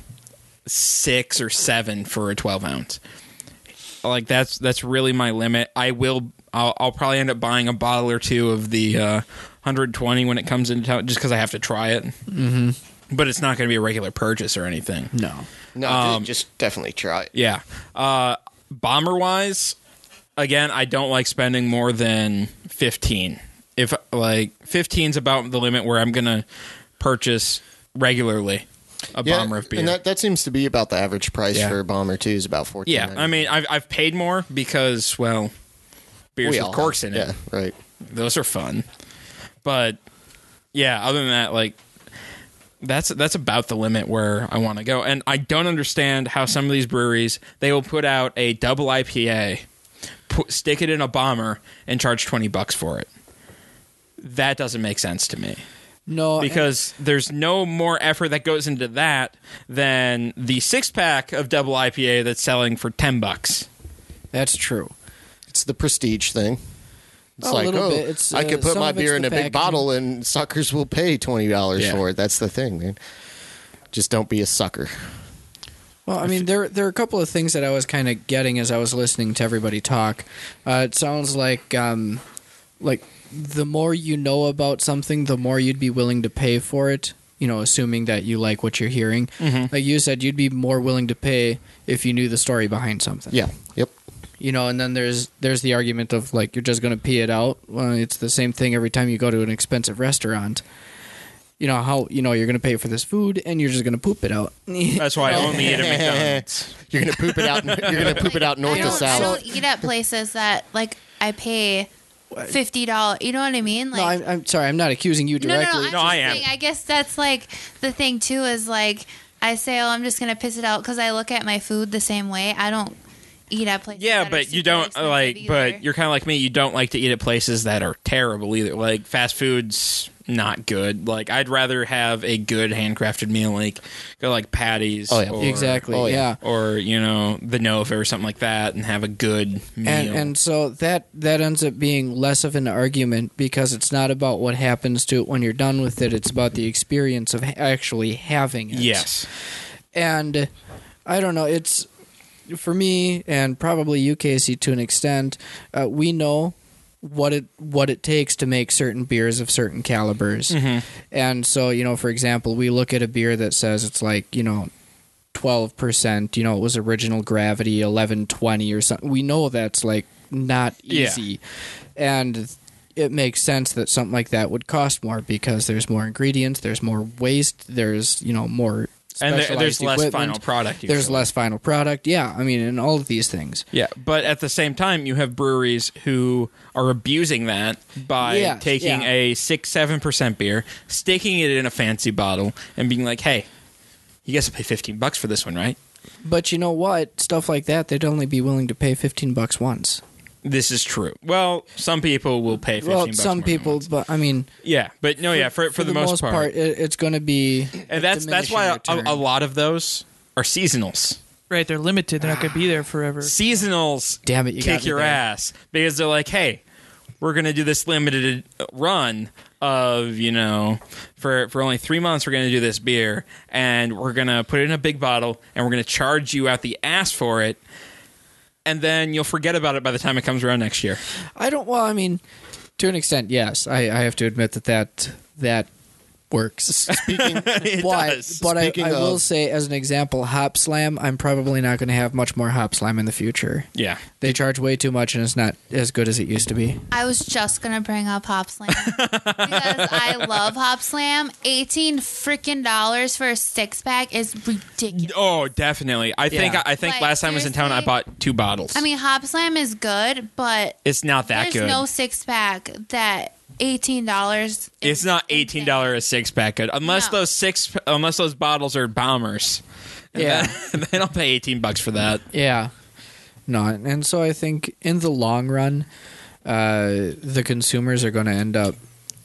six or seven for a twelve ounce like that's that's really my limit. I will I'll, I'll probably end up buying a bottle or two of the uh, 120 when it comes into town just because I have to try it. Mm-hmm. But it's not going to be a regular purchase or anything.
No.
No, just definitely try it.
Yeah. Uh, bomber wise, again, I don't like spending more than 15. If like 15 is about the limit where I'm going to purchase regularly a bomber of beer.
And that, that seems to be about the average price
Yeah.
for a bomber too is about fourteen.
yeah, I mean, I've I've paid more because well, beers with corks in it.
Yeah, right.
those are fun. But yeah, other than that, like that's that's about the limit where I want to go. And I don't understand how some of these breweries they will put out a double IPA, put, stick it in a bomber, and charge twenty bucks for it. That doesn't make sense to me
No.
because there's no more effort that goes into that than the six pack of double IPA that's selling for ten bucks.
That's true.
It's the prestige thing. It's
A
like,
little
oh,
bit. It's,
I
uh,
could put
some
my
of it's
beer in
the
a
packaging.
big bottle and suckers will pay twenty dollars
Yeah.
for it. That's the thing, man. Just don't be a sucker.
Well, I mean, there there are a couple of things that I was kind of getting as I was listening to everybody talk. Uh, it sounds like um, like the more you know about something, the more you'd be willing to pay for it. You know, assuming that you like what you're hearing. Like you said, you'd be more willing to pay if you knew the story behind something.
Yeah. Yep.
You know, and then there's there's the argument of like you're just going to pee it out. Well, it's the same thing every time you go to an expensive restaurant. You know how you know you're going to pay for this food, and you're just going to poop it out. *laughs*
That's why I
*laughs*
only eat at McDonald's.
You're gonna poop it out. You're gonna poop it out
I
north to
don't, I
south.
don't eat at places that like I pay fifty dollars. You know what I mean? Like
no, I'm, I'm sorry. I'm not accusing you
no, no, no,
directly.
I'm
No,
just
I am.
saying, I guess that's like the thing too is like I say, oh, I'm just gonna piss it out because I look at my food the same way. I don't eat at places.
Yeah,
that are
but you
super
don't
expensive
like.
either.
But you're kind of like me. You don't like to eat at places that are terrible either. Like fast foods, not good. Like I'd rather have a good handcrafted meal, like go like Patty's,
Oh, yeah.
or,
Exactly, Oh, yeah.
or you know the Nova or something like that, and have a good meal.
and and so that that ends up being less of an argument because it's not about what happens to it when you're done with it it's about the experience of ha- actually having it
yes,
and i don't know it's for me and probably you casey to an extent uh, we know what it what it takes to make certain beers of certain calibers
Mhm.
and so you know for example we look at a beer that says it's like you know 12% you know it was original gravity 1120 or something we know that's like not
Yeah.
easy and it makes sense that something like that would cost more because there's more ingredients there's more waste there's you know more
And there- there's
specialized
less
equipment,
final product
there's
usually.
less final product yeah i mean and all of these things
yeah. But at the same time, you have breweries who are abusing that by
Yes,
taking
yeah.
a six seven percent beer, sticking it in a fancy bottle, and being like, "Hey, you guys will pay fifteen bucks for this one, right?
but you know what stuff like that they'd only be willing to pay 15 bucks once
This is true." Well, some people will pay fifteen.
well
bucks
some
more.
people but i mean
Yeah, but no, yeah, for for, the, most, part
it, it's going to be
and that's that's why a, a lot of those are seasonals.
Right, they're limited. They're not going to be there forever.
Seasonals,
Damn it, you got
kick
me
your
there.
ass because they're like, hey, we're gonna do this limited run of you know for for only three months we're gonna do this beer and we're gonna put it in a big bottle and we're gonna charge you out the ass for it. And then you'll forget about it by the time it comes around next year. *laughs*
I don't. Well, I mean, to an extent, yes. I, I have to admit that that that works. Speaking,
It
but,
does.
but I,
Speaking
I will
of-
say, as an example, Hop Slam. I'm probably not going to have much more Hop Slam in the future.
Yeah.
They charge way too much, and it's not as good as it used to be.
I was just gonna bring up Hop
*laughs*
Slam because I love Hop Slam. Eighteen freaking dollars for a six pack is ridiculous.
Oh, definitely. I think
Yeah.
I think
Like,
last time I was in town, I
seriously?
bought two bottles.
I mean, Hop Slam is good, but
it's not that
there's
good.
no six pack that eighteen dollars.
It's not eighteen dollar a six pack good unless
No.
those six unless those bottles are bombers. *laughs*
Yeah.
they don't pay eighteen bucks for that.
Yeah. No, and and so I think in the long run, uh, the consumers are going to end up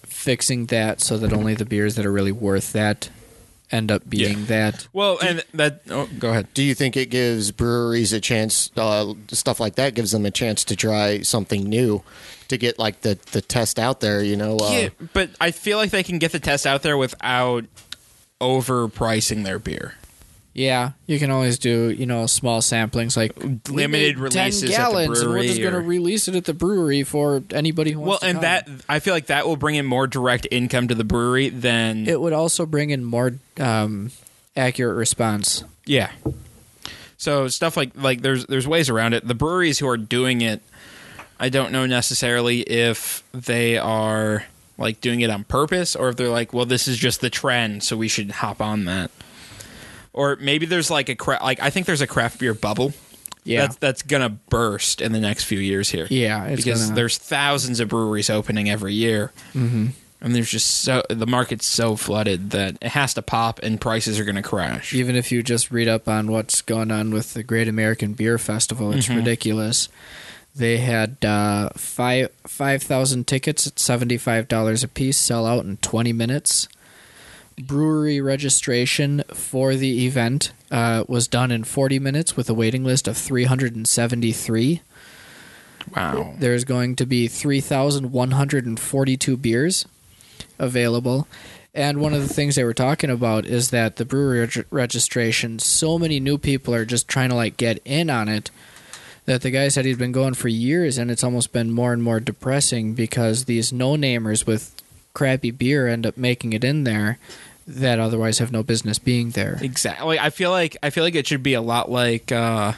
fixing that so that only the beers that are really worth that end up being that.
Well, and that oh, go ahead.
Do you think it gives breweries a chance, uh, stuff like that gives them a chance to try something new to get like the, the test out there, you know? Uh,
Yeah, but I feel like they can get the test out there without overpricing their beer.
Yeah, you can always do you know small samplings like we
Limited
made
releases at the
gallons, and we're
brewery
just going
or-
to release it at the brewery for anybody who
Well,
wants. to
and
come.
that I feel like that will bring in more direct income to the brewery than
it would also bring in more um, accurate response.
Yeah. So stuff like like there's there's ways around it. The breweries who are doing it, I don't know necessarily if they are like doing it on purpose or if they're like, well, this is just the trend, so we should hop on that. Or maybe there's like a cra- like I think there's a craft beer bubble.
Yeah.
That's that's gonna burst in the next few years here.
Yeah, it's
because
gonna-
there's thousands of breweries opening every year.
Mm-hmm.
And there's just so the market's so flooded that it has to pop and prices are going to crash.
Even if you just read up on what's going on with the Great American Beer Festival, it's
Mhm.
ridiculous. They had uh, five five thousand tickets at seventy five dollars a piece, sell out in twenty minutes. Brewery registration for the event uh, was done in forty minutes with a waiting list of three hundred and seventy three.
Wow.
There's going to be 3,142 beers available. And one of the things they were talking about is that the brewery reg- registration, so many new people are just trying to like get in on it that the guy said he'd been going for years and it's almost been more and more depressing because these no-namers with crappy beer end up making it in there that otherwise have no business being there.
Exactly. I feel like I feel like it should be a lot like, uh,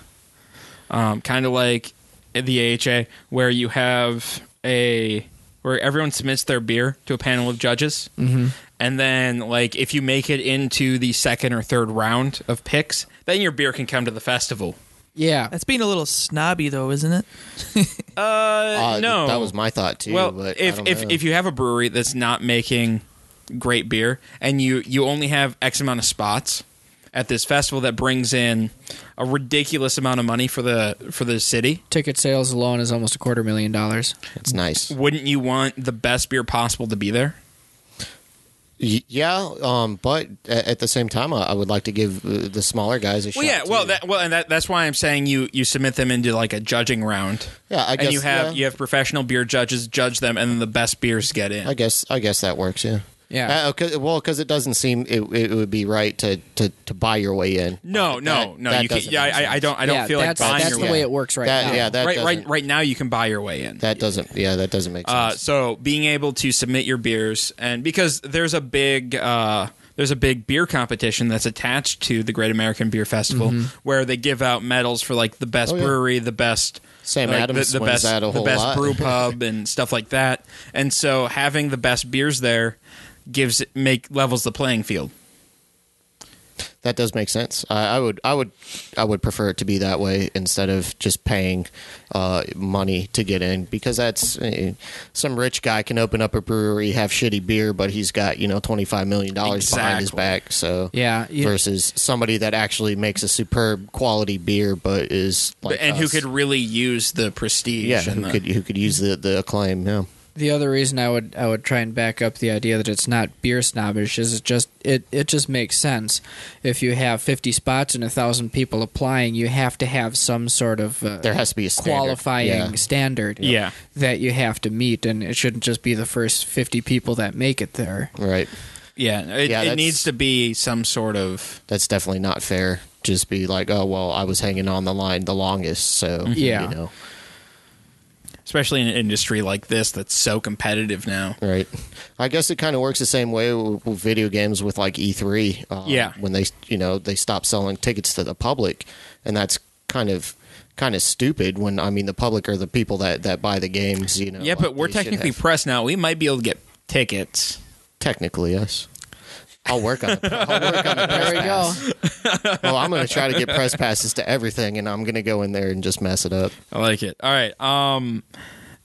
um, kind of like at the AHA, where you have a where everyone submits their beer to a panel of judges,
Mm-hmm.
Mhm.
and then like if you make it into the second or third round of picks, then your beer can come to the festival.
Yeah.
That's being a little snobby, though, isn't it?
Uh,
uh,
no,
That was my thought too.
well,
but I
if
don't
if
know.
if you have a brewery that's not making great beer and you you only have X amount of spots at this festival that brings in a ridiculous amount of money for the for the city,
Ticket sales alone is almost a quarter million dollars.
it's nice.
wouldn't you want the best beer possible to be there?
Y- Yeah, um, but a- at the same time, I I would like to give uh, the smaller guys a shot.
Well, yeah,
too.
well, that, well, and that, that's why I'm saying you you submit them into like a judging round.
Yeah, I
and
guess-
you have
yeah.
you have professional beer judges judge them, and then the best beers get in.
I guess I guess that works. Yeah.
Yeah.
Uh, 'cause- well, because it doesn't seem it, it would be right to, to, to buy your way in.
no, no,
That-
no.
that
you can't,
doesn't
yeah,
make
I, I don't. I don't
Yeah,
feel like
that's-
buying
that's
your
the
way.
way it works right
That-
now.
Yeah, that
right, right,
doesn't-
right now you can buy your way in.
That doesn't. Yeah, that doesn't make
Uh,
sense.
so being able to submit your beers, and because there's a big uh, there's a big beer competition that's attached to the Great American Beer Festival, where they give out medals for like the best
Mm-hmm. Oh, yeah.
brewery, the best
Sam
like,
Adams
the, the
wins
best
that a
the
whole
best
lot. *laughs*
brew pub and stuff like that. And so having the best beers there gives make levels the playing field.
that does make sense. I, I would I would I would prefer it to be that way instead of just paying uh, money to get in because that's uh, some rich guy can open up a brewery, have shitty beer, but he's got you know twenty five million dollars behind his
Exactly.
back. So
Yeah, you-
versus somebody that actually makes a superb quality beer, but is like
and who
us.
could really use the prestige?
yeah
and
who
the-
could who could use the the acclaim yeah.
the other reason I would I would try and back up the idea that it's not beer snobbish is it just it, it just makes sense. If you have fifty spots and a thousand people applying, you have to have some sort of uh,
There has to be a standard.
qualifying
Yeah.
standard
Yeah.
that you have to meet, and it shouldn't just be the first fifty people that make it there.
Right.
yeah, it,
Yeah,
it
that's-
needs to be some sort of
That's definitely not fair. Just be like, oh well, I was hanging on the line the longest, so
Yeah.
you know,
especially in an industry like this that's so competitive now.
right? I guess it kind of works the same way with, with video games with like E3. Uh,
Yeah.
when they you know they stop selling tickets to the public, and that's kind of kind of stupid. When I mean the public are the people that that buy the games, you know.
Yeah, but
like,
we're
they should
technically
have-
pressed now. We might be able to get tickets.
technically yes. I'll work on it. I'll work on it.
There we go.
Well, I'm going to try to get press passes to everything, and I'm going to go in there and just mess it up.
I like it. All right. Um,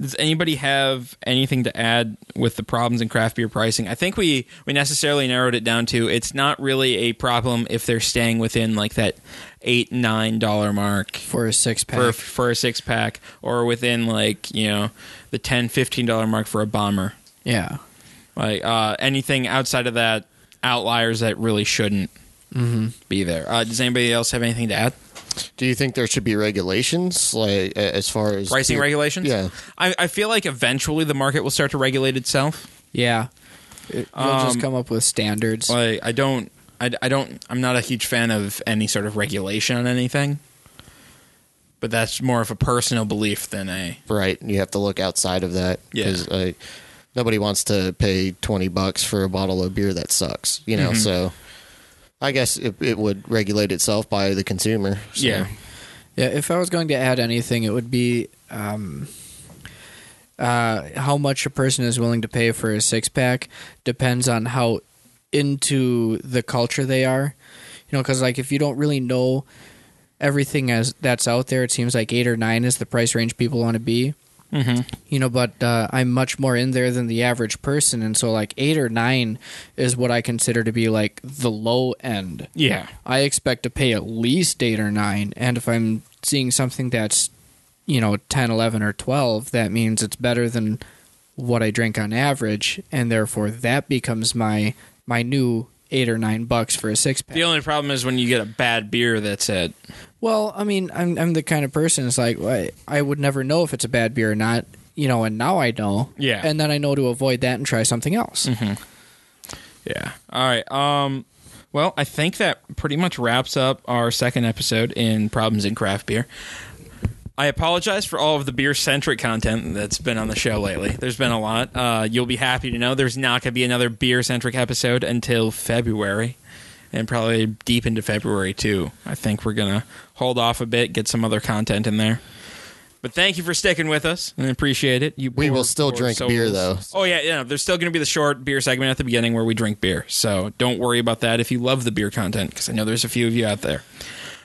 does anybody have anything to add with the problems in craft beer pricing? I think we we necessarily narrowed it down to it's not really a problem if they're staying within like that eight nine dollar mark
For a six pack,
for for a six pack or within like you know the 10 15 dollar mark for a bomber.
yeah,
Like uh, anything outside of that, outliers that really shouldn't
Mm-hmm.
be there. Uh, does anybody else have anything to add?
Do you think there should be regulations, like a- as far as
Pricing regulations?
Yeah,
I, I feel like eventually the market will start to regulate itself.
yeah. It, you'll
Um,
just come up with standards.
Like I don't, I, I don't, I'm not a huge fan of any sort of regulation on anything. But that's more of a personal belief than a.
right. You have to look outside of that
Yeah.
uh, nobody wants to pay twenty bucks for a bottle of beer that sucks. You know,
Mm-hmm.
so I guess it, it would regulate itself by the consumer. so.
Yeah.
Yeah, if I was going to add anything, it would be um, uh, how much a person is willing to pay for a six pack depends on how into the culture they are. You know, because like if you don't really know everything as that's out there, it seems like eight or nine is the price range people want to be. Mm-hmm. You know, but uh, I'm much more in there than the average person, and so like eight or nine is what I consider to be like the low end.
Yeah.
I expect to pay at least eight or nine. And if I'm seeing something that's, you know, 10, 11, or 12, that means it's better than what I drink on average. And therefore, that becomes my my new eight or nine bucks for a six pack.
The only problem is when you get a bad beer that's at
Well, I mean, I'm, I'm the kind of person, it's like, I, I would never know if it's a bad beer or not, you know, and now I know.
Yeah. Mm-hmm.
And then I know to avoid that and try something else.
Yeah. All right. Um well, I think that pretty much wraps up our second episode in Problems in Craft Beer. I apologize for all of the beer centric content that's been on the show lately. There's been a lot. Uh, you'll be happy to know there's not going to be another beer centric episode until February and probably deep into February, too. I think we're going to hold off a bit, get some other content in there. But thank you for sticking with us and appreciate it. You
We
poor,
will still
poor
drink beer, though.
Oh yeah, yeah. There's still going to be the short beer segment at the beginning where we drink beer. So don't worry about that if you love the beer content because I know there's a few of you out there.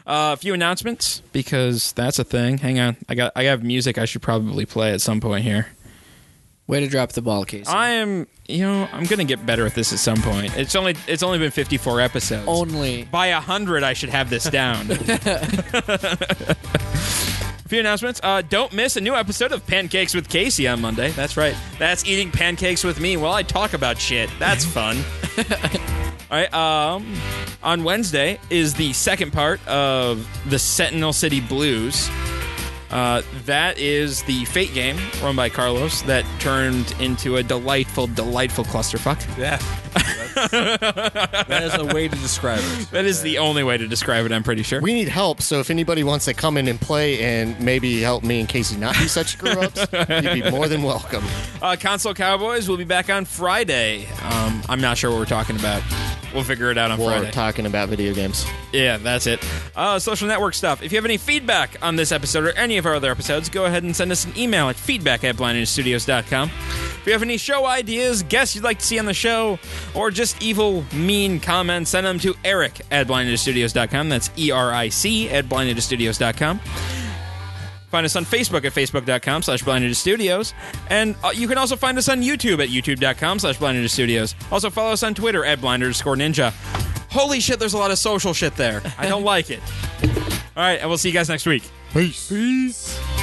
Uh, a few announcements because that's a thing. Hang on, I got I have music I should probably play at some point here.
Way to drop the ball, Casey.
I am, you know, I'm gonna get better at this at some point. It's only it's only been 54 episodes.
Oh,
Only.
By a hundred, I should have this
*laughs*
down. a few announcements. Uh, don't miss a new episode of Pancakes
*laughs*
with Casey on Monday. That's right. That's eating pancakes with me while I talk about shit. That's fun. All right. Um, on Wednesday is the second part of the Sentinel City Blues. Uh, that is the Fate game run by Carlos that turned into a delightful, delightful clusterfuck.
Yeah.
*laughs*
that is a way to describe it.
That is the only way to describe it. I'm pretty sure.
We need help, so if anybody wants to come in and play and maybe help me and Casey not be such screw ups, you'd be more than welcome.
Uh, Console Cowboys will be back on Friday. Um, I'm not sure what we're talking about. We'll figure it out on
We're
*laughs* Friday.
talking about video games.
Yeah, that's it. Uh, social network stuff. If you have any feedback on this episode or any of our other episodes, go ahead and send us an email at feedback at blindnewsstudios.com. If you have any show ideas, guests you'd like to see on the show, or just evil, mean comments, send them to eric at blindnewsstudios.com. That's E R I C at blindnewsstudios.com. Find us on Facebook at facebook.com slash blinded studios. And uh, you can also find us on YouTube at youtube.com slash blinded studios. Also follow us on Twitter at blind underscore ninja. Holy shit, there's a lot of social shit there. I don't like it. All right, and we'll see you guys next week.
Peace.
Peace.